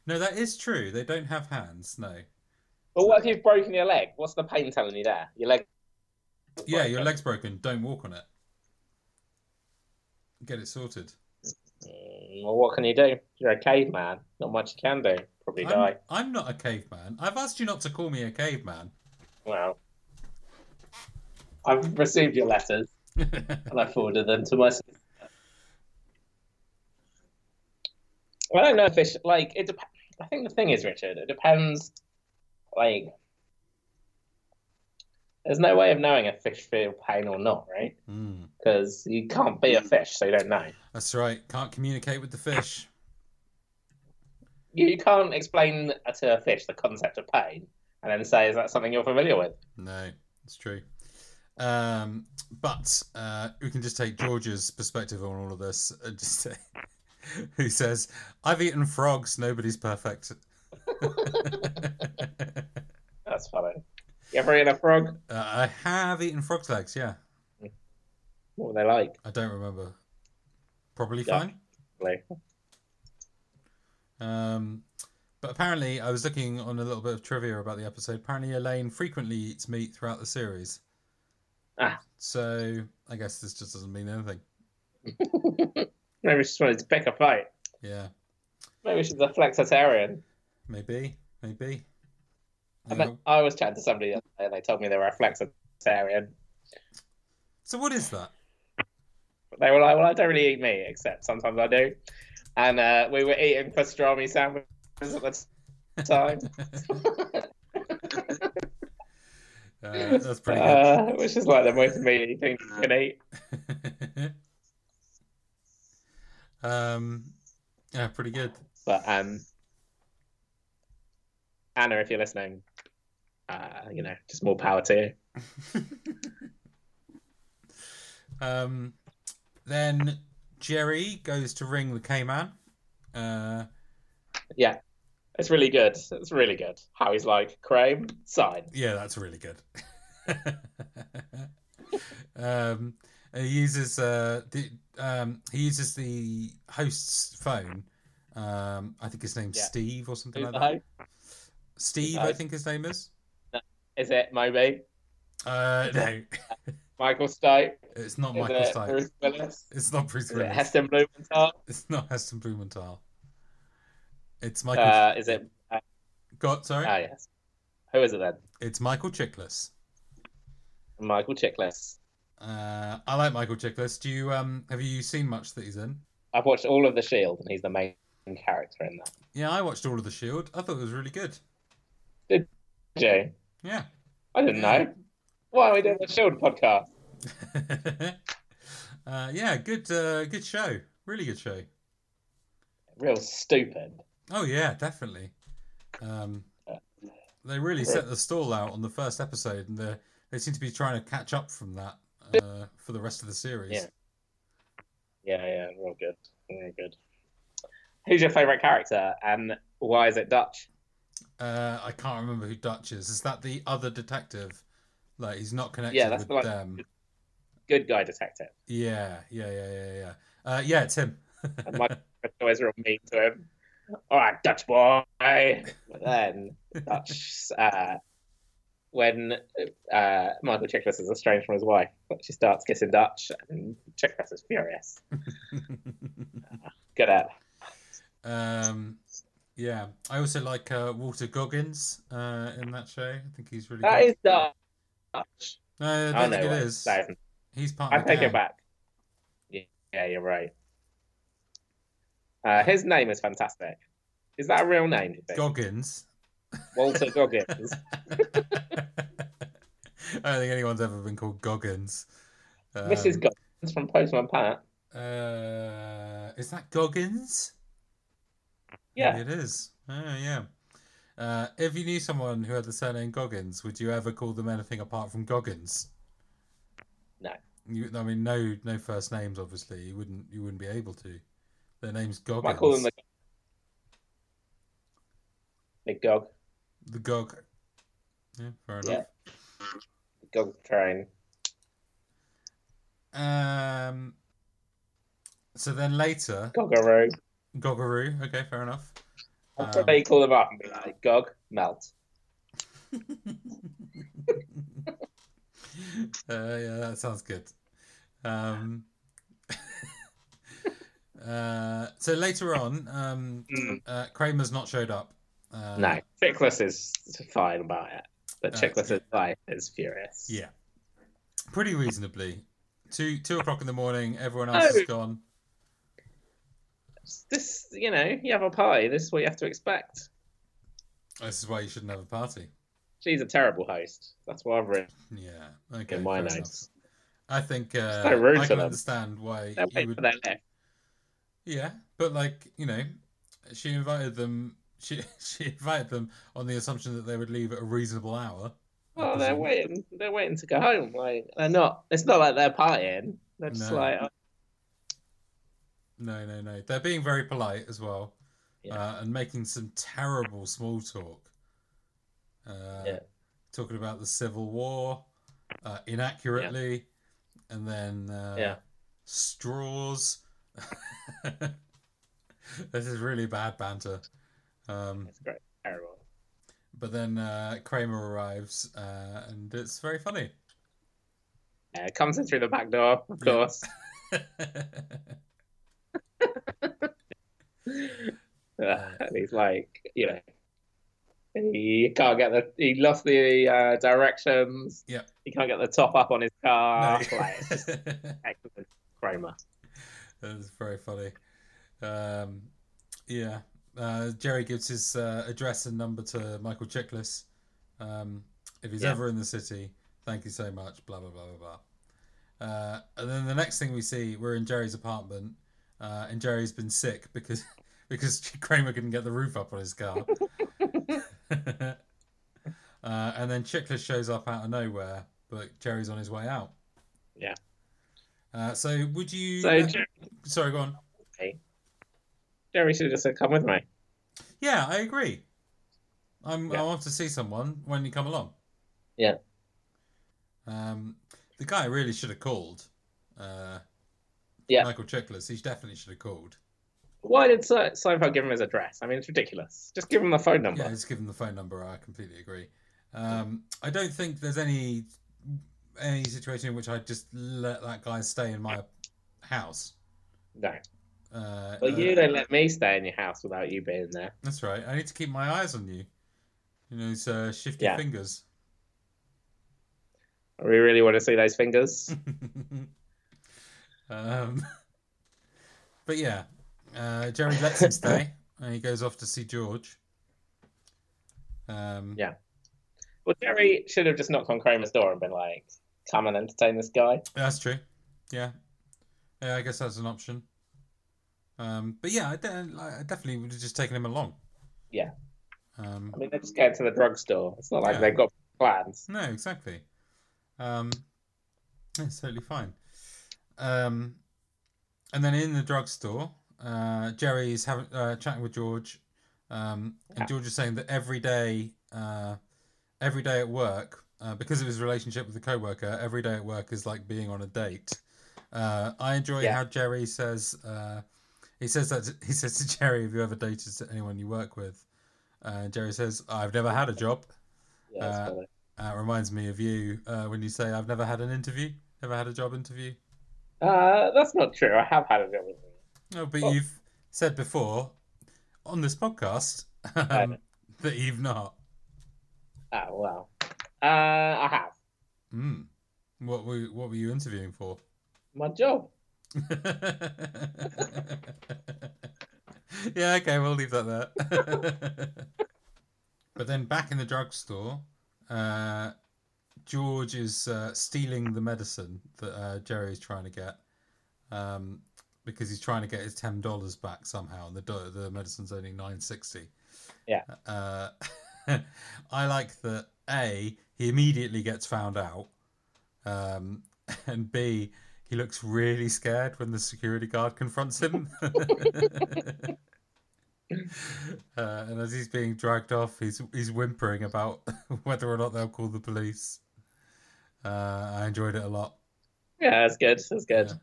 No, that is true. They don't have hands. No. But what if you've broken your leg? What's the pain telling you there? Your leg. Yeah, your leg's broken. Don't walk on it. Get it sorted. Mm. Well, what can you do? You're a caveman. Not much you can do. Probably die. I'm, I'm not a caveman. I've asked you not to call me a caveman. Well, I've received your letters and I forwarded them to my sister. I don't know if it's like it. Dep- I think the thing is, Richard, it depends. Like, there's no way of knowing if fish feel pain or not, right? Mm. Because you can't be a fish, so you don't know. That's right. Can't communicate with the fish. You, you can't explain to a fish the concept of pain and then say, "Is that something you're familiar with?" No, it's true. Um, but uh, we can just take George's perspective on all of this and just say, who says, I've eaten frogs, nobody's perfect. That's funny. You ever eaten a frog? Uh, I have eaten frog's legs, yeah. What were they like? I don't remember. Probably Yeah. fine. Like, Um, but apparently, I was looking on a little bit of trivia about the episode. Apparently, Elaine frequently eats meat throughout the series. Ah. So I guess this just doesn't mean anything. maybe she just wanted to pick a fight. Yeah, Maybe she's a flexitarian. maybe, maybe. Mm-hmm. And then I was chatting to somebody the other day and they told me they were a flexitarian. So what is that? But they were like, well, I don't really eat meat, except sometimes I do. And uh, we were eating pastrami sandwiches at the time, Uh, that's pretty uh, which is like the most meaty thing you can eat. good. Uh. um, yeah, pretty good. But um, Anna, if you're listening, uh, you know, just more power to you. Um, then Jerry goes to ring the K man. Uh, It's really good. It's really good. How he's like, Crane, sign. yeah, that's really good. um, he uses uh, the um, he uses the host's phone. Um, I think his name's Yeah. Steve or something Who's like the that. host? Steve, the I host? think his name is. Is it Moby? Uh, no, Michael Stipe? it's not Is Michael it Stipe. Bruce Willis? It's not Bruce Is it Willis. Heston Blumenthal? It's not Heston Blumenthal. It's Michael. Uh, is it? Uh, God, sorry. ah, yes. Who is it then? It's Michael Chiklis. Michael Chiklis. Uh, I like Michael Chiklis. Do you um have you seen much that he's in? I've watched all of The Shield, and he's the main character in that. Yeah, I watched all of The Shield. I thought it was really good. Jay, Yeah. I didn't know. Why are we doing the Shield podcast? uh, yeah, good uh, good show. Really good show. Real stupid. Oh yeah, definitely. Um, they really set the stall out on the first episode and they they seem to be trying to catch up from that uh, for the rest of the series. Yeah. Yeah, yeah, real good, real good. Who's your favourite character, and why is it Dutch? Uh, I can't remember who Dutch is. Is that the other detective? Like he's not connected Yeah, that's with the one. them. Good guy detective. Yeah, yeah, yeah, yeah, yeah. Uh, yeah, it's him. And Michael Chiklis always real mean to him. All right, Dutch boy. But then Dutch, uh, when uh, Michael Chiklis is estranged from his wife, but she starts kissing Dutch, and Chiklis is furious. Uh, Good at. um, yeah, I also like uh, Walter Goggins uh, in that show. I think he's really That good. is Dutch. No, I don't I know think what it it is. that isn't. He's part I of the take it gang. back. Yeah, yeah, you're right. Uh, his name is fantastic. Is that a real name? Do you think? Goggins. Walter Goggins. I don't think anyone's ever been called Goggins. Um, Mrs. Goggins from Postman Pat. Uh, is that Goggins? Yeah. Maybe it is. Oh, yeah. Uh, if you knew someone who had the surname Goggins, would you ever call them anything apart from Goggins? No. You, I mean, no, no first names. Obviously, you wouldn't, you wouldn't be able to. Their name's I Goggins. might call him the the Gog the Gog. Yeah, fair enough. Yeah. Gog train. Um. So then later, Goggaroo. Goggaroo. Okay, fair enough. I'll Um, probably call him up and be like, Gog, melt. Uh, yeah, that sounds good. Um, Uh, so later on, um, uh, Kramer's not showed up. Uh, Hmm. No, Chickless is fine about it, but Uh, Chickless's wife is furious. Yeah, pretty reasonably. Two two o'clock in the morning. Everyone else Oh. is gone. This, you know, you have a party. This is what you have to expect. This is why you shouldn't have a party. She's a terrible host. That's what I've written. Yeah. Okay. my fair notes. enough. I think uh, so rude I to can them. understand why They're you waiting would. for their lift. Yeah, but like you know, she invited them. She she invited them on the assumption that they would leave at a reasonable hour. I Well, oh, they're presume. waiting. They're waiting to go home. Like they're not. It's not like they're partying. They're just No. like, oh, No, no, no. They're being very polite as well, Yeah. uh, and making some terrible small talk. Uh, Yeah. Talking about the Civil War uh, inaccurately, and then uh, Yeah. straws. this is really bad banter. Um, it's great, terrible. but then uh, Kramer arrives, uh, and it's very funny. Uh, comes in through the back door, of course. Uh, and he's like, you know, he can't get the. He lost the uh, directions. Yeah. He can't get the top up on his car. Like, it's just No. excellent, Kramer. That was very funny. Um, yeah. Uh, Jerry gives his uh, address and number to Michael Chiklis. Um, if he's Yeah. ever in the city, thank you so much, blah, blah, blah, blah, blah. Uh, and then the next thing we see, we're in Jerry's apartment, uh, and Jerry's been sick because because Kramer couldn't get the roof up on his car. uh, and then Chiklis shows up out of nowhere, but Jerry's on his way out. Yeah. Uh, so would you? So uh, Jerry, sorry, go on. Jerry should have just said, "Come with me." Yeah, I agree. I'm, Yeah. I want to see someone when you come along. Yeah. Um, the guy really should have called. Uh, Yeah. Michael Chiklis. He definitely should have called. Why did Se- Seinfeld give him his address? I mean, it's ridiculous. Just give him the phone number. Yeah, just give him the phone number. I completely agree. Um, I don't think there's any any situation in which I just let that guy stay in my house. No. Uh, Well, uh, you don't let me stay in your house without you being there. That's right. I need to keep my eyes on you. You know, it's uh, shifty Yeah. fingers. We really want to see those fingers. um, but yeah, uh, Jerry lets him stay, and Uh, he goes off to see George. Um, Yeah. well, Jerry should have just knocked on Kramer's door and been like, "Come and entertain this guy." that's true. Yeah, yeah, I guess that's an option. Um, but yeah, I, de- I definitely would have just taken him along. Yeah. Um, I mean, they're just going to the drugstore. It's not like Yeah. they've got plans. no, exactly. Um, it's totally fine. Um, and then in the drugstore, uh, Jerry's having uh, chatting with George, um, and George is saying that every day, uh, every day at work, uh, because of his relationship with the coworker, every day at work is like being on a date. Uh, I enjoy Yeah. how Jerry says. Uh, he says that he says to Jerry, "Have you ever dated anyone you work with?" Uh, Jerry says, "I've never had a job." Yeah, it's Uh, funny. Uh, it reminds me of you uh, when you say, I've never had an interview, never had a job interview. Uh, that's not true. I have had a job with him. No, but Oh. you've said before on this podcast um, Right. that you've not. Oh well. Uh, I have Mm. What were what were you interviewing for? my job. yeah, okay, we'll leave that there. but then back in the drugstore, uh, George is uh, stealing the medicine that uh, Jerry is trying to get um, because he's trying to get his ten dollars back somehow, and the do- the medicine's only nine sixty. Yeah. Uh, I like that. A, he immediately gets found out, um, and B, he looks really scared when the security guard confronts him. uh, Uh, and as he's being dragged off, he's he's whimpering about whether or not they'll call the police. Uh, I enjoyed it a lot. Yeah, that's good. That's good. Yeah.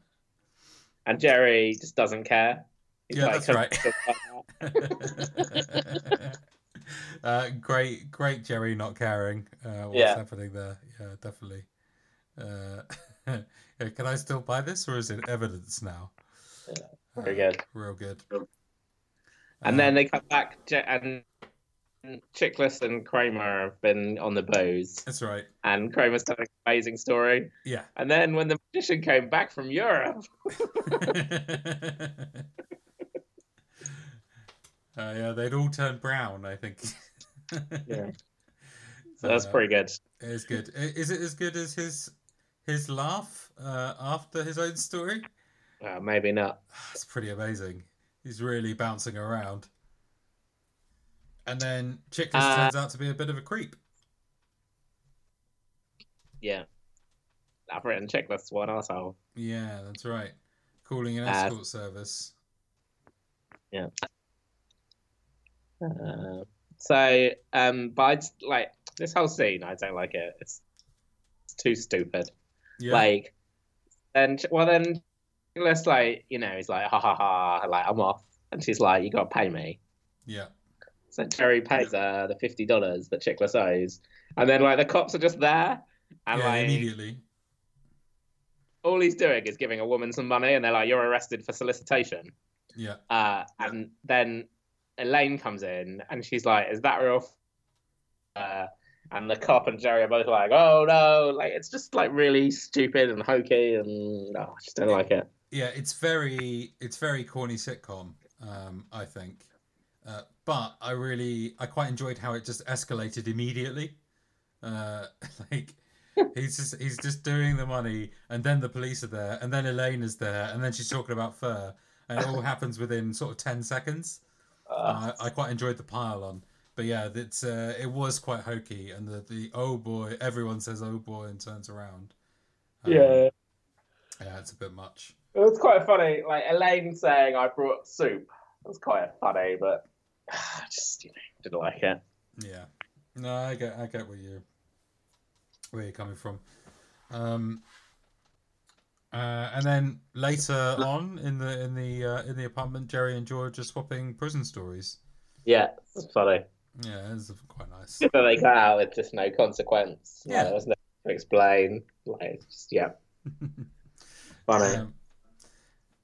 And Jerry just doesn't care. Yeah, that's right. uh, great, great Jerry not caring uh, what's Yeah. happening there. Yeah, definitely. Uh, yeah, can I still buy this, or is it evidence now? Very good. Real good. And then they come back, J- and Chickless and Kramer have been on the bows, That's right. and Kramer's telling an amazing story. Yeah. And then when the magician came back from Europe, Uh, yeah, they'd all turn brown, I think. Yeah. so that's Uh, pretty good. It's good. I- Is it as good as his his laugh uh, after his own story? Uh, maybe not. It's pretty amazing. He's really bouncing around. And then Chickless Uh, turns out to be a bit of a creep. Yeah. I've written Chickless one asshole. Yeah, that's right. Calling an Uh, escort service. Uh, so, um, but I just, like this whole scene, I don't like it. It's, it's too stupid. Yeah. Like, and well, then let's like you know, he's like ha ha ha, like I'm off, and she's like, you gotta pay me. yeah. So Terry pays her the fifty dollars that Chickless owes, and then like the cops are just there, and yeah, like immediately. all he's doing is giving a woman some money, and they're like, you're arrested for solicitation. Yeah. Uh, and then Elaine comes in and she's like, "Is that real?" f- Uh, and the cop and Jerry are both like, "Oh no!" Like it's just like really stupid and hokey, and oh, I just don't like it. Yeah, it's very it's very corny sitcom, um, I think. Uh, but I really I quite enjoyed how it just escalated immediately. Uh, like he's just he's just doing the money and then the police are there and then Elaine is there and then she's talking about fur and it all happens within sort of 10 seconds. Uh, I quite enjoyed the pile on. But yeah, it's uh, it was quite hokey and the, the oh boy, everyone says oh boy and turns around. Um, Yeah, it's a bit much. it was quite funny. Like Elaine saying, "I brought soup." It was quite funny, but I just you know, didn't like it. Yeah. No, I get I get where you where you're coming from. Um uh, and then later on in the in the uh, in the apartment, Jerry and George are swapping prison stories. Yeah, it's funny. Yeah, it's quite nice. But they got out with just no consequence. Yeah. Like, there was no to explain. Like it's just, yeah, funny. Um,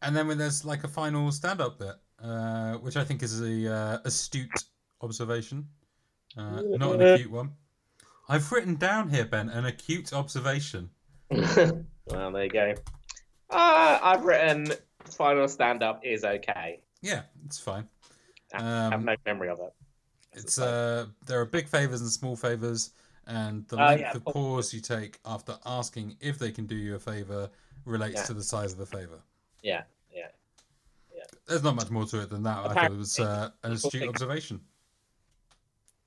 and then when there's like a final stand-up bit, uh, which I think is a uh, astute observation, uh, not an acute one. I've written down here, Ben, an acute observation. well, there you go. Uh, I've written final stand up is okay. Yeah, it's fine. I Ah, have Um, no memory of it. It's uh, there are big favors and small favors, and the Oh, length yeah, of of course. pause you take after asking if they can do you a favor relates Yeah. to the size of the favor. Yeah, yeah. There's not much more to it than that. I thought it was uh, an astute think- observation.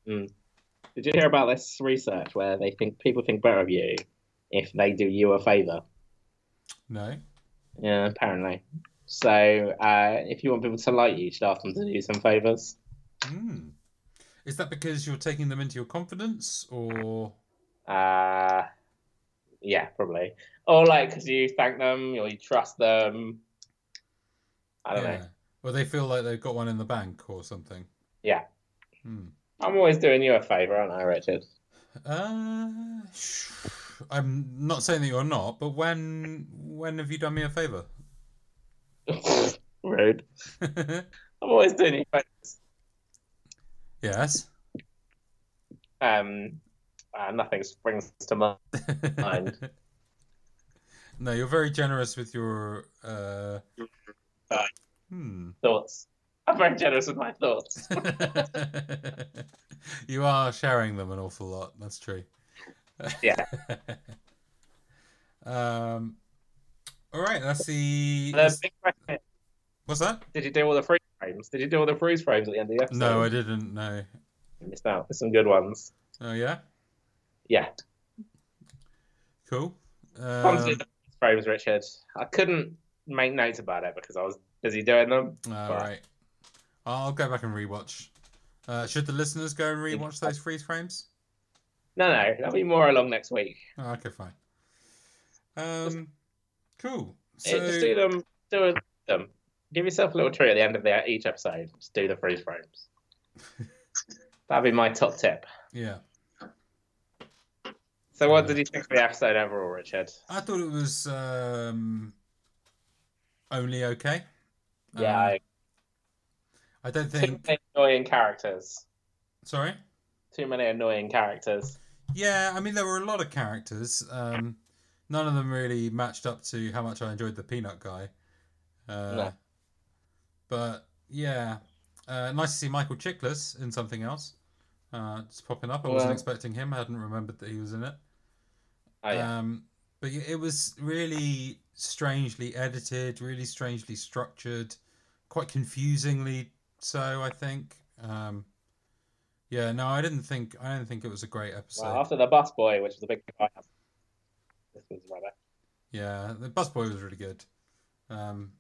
Did you hear about this research where they think people think better of you if they do you a favor? No, Yeah, apparently. So uh, if you want people to like you, you should ask them to do you some favors. Hmm. is that because you're taking them into your confidence, or Uh, yeah, probably. Or like because you thank them or you trust them. I don't know. or they feel like they've got one in the bank or something? Yeah. Hmm. I'm always doing you a favor, aren't I, Richard? Uh, I'm not saying that you're not, but when when have you done me a favor? Rude. I'm always doing you favors. yes. um uh, nothing springs to mind. Mind. no, you're very generous with your. Uh... Uh. Hmm. Thoughts. I'm very generous with my thoughts. you are sharing them an awful lot. That's true. Yeah. um. All right. That's the. the big question is, What's that? did you do all the freeze frames? Did you do all the freeze frames at the end of the episode? No, I didn't. No. missed out. There's some good ones. Oh yeah. Yeah. Cool. Come to do Um, the freeze frames, Richard. I couldn't make notes about it because I was busy doing them. all right. I'll go back and rewatch. Uh, should the listeners go and rewatch those freeze frames? No, no, that'll be more along next week. Oh, okay, fine. Um, cool. Yeah, just do So, them. Do them. Give yourself a little treat at the end of the, each episode. Just do the freeze frames. That'd be my top tip. yeah, So, what did you think of the episode overall, Richard? I thought it was um, only okay. Yeah, I I don't too think. many annoying characters. Sorry. Too many annoying characters. Yeah, I mean there were a lot of characters. Um, none of them really matched up to how much I enjoyed the Peanut guy. Uh, No. But yeah, uh, nice to see Michael Chiklis in something else. Uh, just popping up. I wasn't Well- expecting him. I hadn't remembered that he was in it. Oh yeah. Um, but yeah, it was really strangely edited, really strangely structured, quite confusingly so. I think. Um, yeah, no, I didn't think. I don't think it was a great episode. well, after the bus boy, which was a big fight, this was rubber. Yeah, the busboy was really good. Um,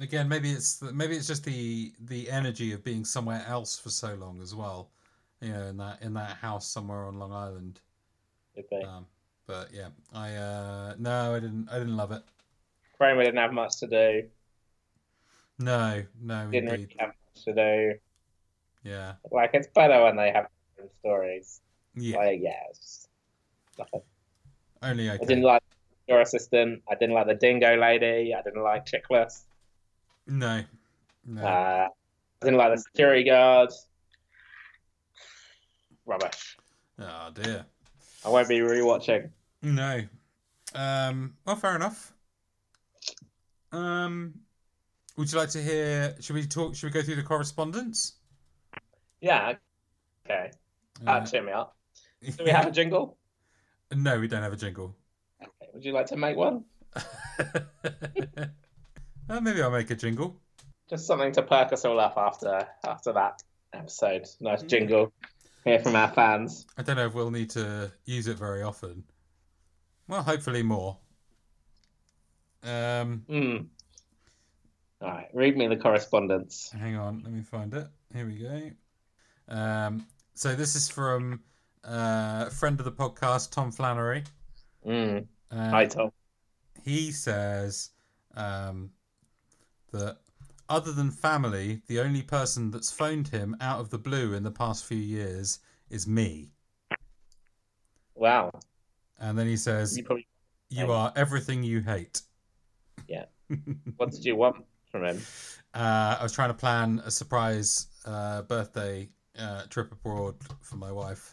again, maybe it's the, maybe it's just the the energy of being somewhere else for so long as well. You know, in that in that house somewhere on Long Island. Did they? Um, but yeah, I uh, no, I didn't. I didn't love it. Kramer didn't have much to do. No, no, Didn't indeed. really have much to do. Yeah, Like it's better when they have their own stories. yeah. Like yeah, it's just nothing. Only I didn't okay. like your assistant. I didn't like the dingo lady. I didn't like Chickless. No, no. Uh, I didn't like the security guard. Rubbish. Oh dear. I won't be rewatching. No. Um, well, fair enough. Um, would you like to hear? Should we talk? Should we go through the correspondence? Yeah. Okay. Uh, That cheer me up. Do Uh, we have a jingle? no, we don't have a jingle. Would you like to make one? uh, maybe I'll make a jingle. Just something to perk us all up after after that episode. Mm. Nice jingle. Hear from our fans. I don't know if we'll need to use it very often. Well, hopefully more. Um, Mm. All right. Read me the correspondence. Hang on, let me find it. Here we go. Um, so this is from uh, a friend of the podcast, Tom Flannery. Mm. Uh, Hi, Tom. he says um, that other than family, the only person that's phoned him out of the blue in the past few years is me. Wow. And then he says, You probably. "You are everything you hate." What did you want from him? Uh, I was trying to plan a surprise uh, birthday uh, trip abroad for my wife.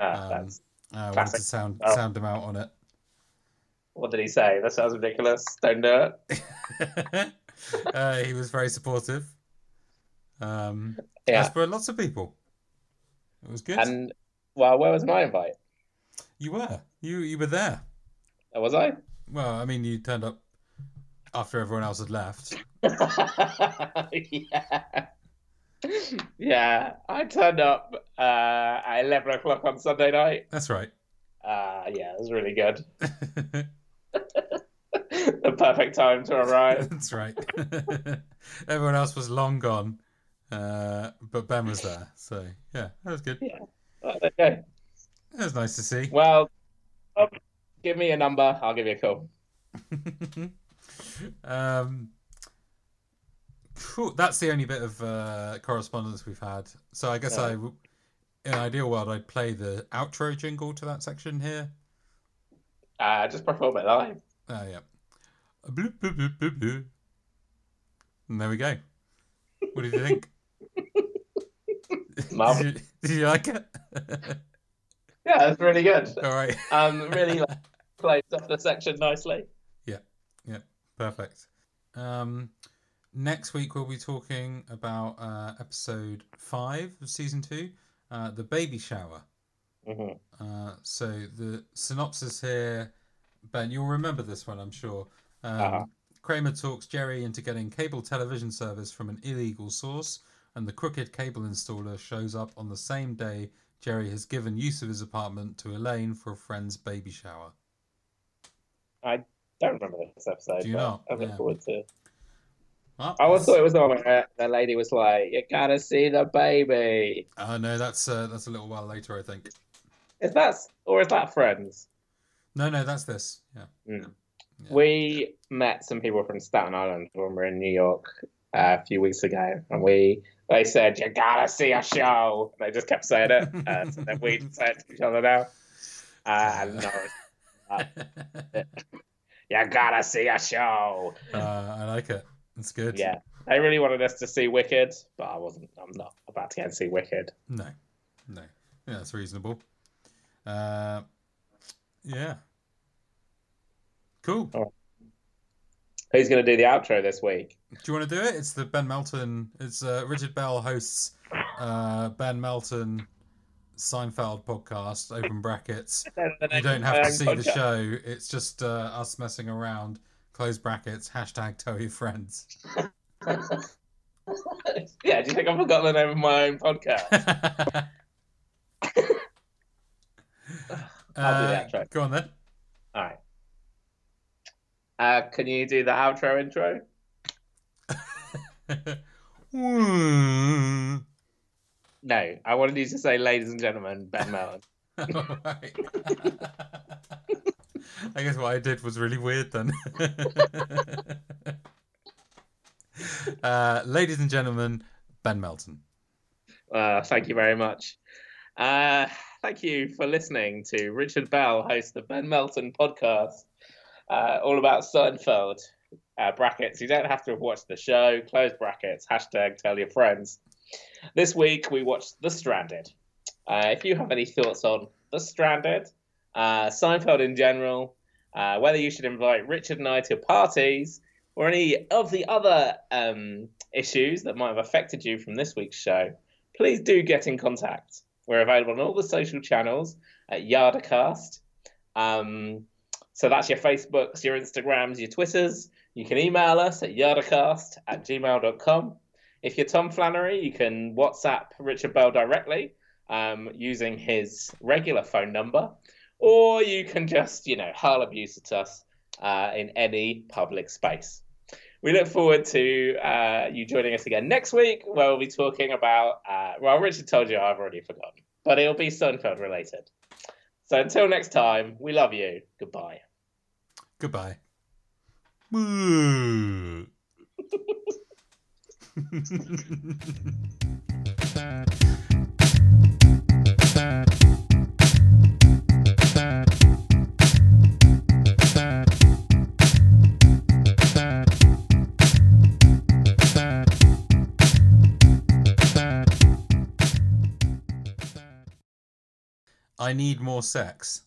Ah, Um, that's. I wanted classic. to sound Oh. sound him out on it. What did he say? That sounds ridiculous. Don't do it. uh, he was very supportive. Um, Yeah. As for lots of people, it was good. And well, where was my invite? you were you you were there. Oh, Was I? Well, I mean, you turned up after everyone else had left. yeah. Yeah, I turned up uh, at 11 o'clock on Sunday night. That's right. Uh, yeah, it was really good. the perfect time to arrive. That's right. everyone else was long gone, uh, but Ben was there. So yeah, that was good. okay. It was nice to see. Well, um, give me a number. I'll give you a call. um, cool. That's the only bit of uh, correspondence we've had. So I guess I, w- in an ideal world, I'd play the outro jingle to that section here. Uh, just perform it live. Oh yeah. Bloop, bloop, bloop, bloop, bloop. And there we go. What did you think? Marvel. did, you, did you like it? Yeah, that's really good. All right. Um, really like, plays up the section nicely. Perfect. Um, next week we'll be talking about uh, episode five of season two, uh, the baby shower. Mhm. Uh, so the synopsis here, Ben, you'll remember this one, I'm sure. Um, Uh-huh. Kramer talks Jerry into getting cable television service from an illegal source, and the crooked cable installer shows up on the same day Jerry has given use of his apartment to Elaine for a friend's baby shower. Don't remember this episode. Do you but not? I'm looking Yeah. forward to. Well, I always thought it was the one where the lady was like, "You gotta see the baby." Oh no, that's uh, that's a little while later, I think. Is that or is that Friends? No, no, that's this. Yeah. Yeah. We met some people from Staten Island when we were in New York uh, a few weeks ago, and we they said, "You gotta see a show." And they just kept saying it, uh, so then we said to each other now, uh, and no, you gotta see a show. uh, I like it. It's good. Yeah, They really wanted us to see Wicked, but I wasn't. I'm not about to go and see Wicked. No, no, yeah, that's reasonable. Uh, yeah, cool. Oh. Who's going to do the outro this week? Do you want to do it? It's the Ben Melton. It's uh, Richard Bell hosts uh, Ben Melton Seinfeld podcast. Open brackets. You don't have to see the show. It's just uh, us messing around. Close brackets. Hashtag tell your friends. yeah, do you think I've forgotten the name of my own podcast? Uh, outro. go on then. All right. Uh, can you do the outro intro? Hmm. No, I wanted you to say, ladies and gentlemen, Ben Mellon. Alright. I guess what I did was really weird then. uh, ladies and gentlemen, Ben Melton. Uh, thank you very much. Uh, thank you for listening to Richard Bell host the Ben Melton podcast, uh, all about Seinfeld. Uh, brackets, you don't have to have watched the show. Close brackets, hashtag tell your friends. This week we watched The Stranded. Uh, if you have any thoughts on The Stranded, uh, Seinfeld in general, uh, whether you should invite Richard and I to parties, or any of the other um, issues that might have affected you from this week's show, please do get in contact. We're available on all the social channels at Yardacast. Um, so that's your Facebooks, your Instagrams, your Twitters. You can email us at yardacast at gmail.com. If you're Tom Flannery, you can WhatsApp Richard Bell directly um, using his regular phone number, or you can just, you know, hurl abuse at us uh, in any public space. We look forward to uh, you joining us again next week, where we'll be talking about. Uh, well, Richard told you I've already forgotten, but it'll be Seinfeld related. So until next time, we love you. Goodbye. Goodbye. Moo. I need more sex.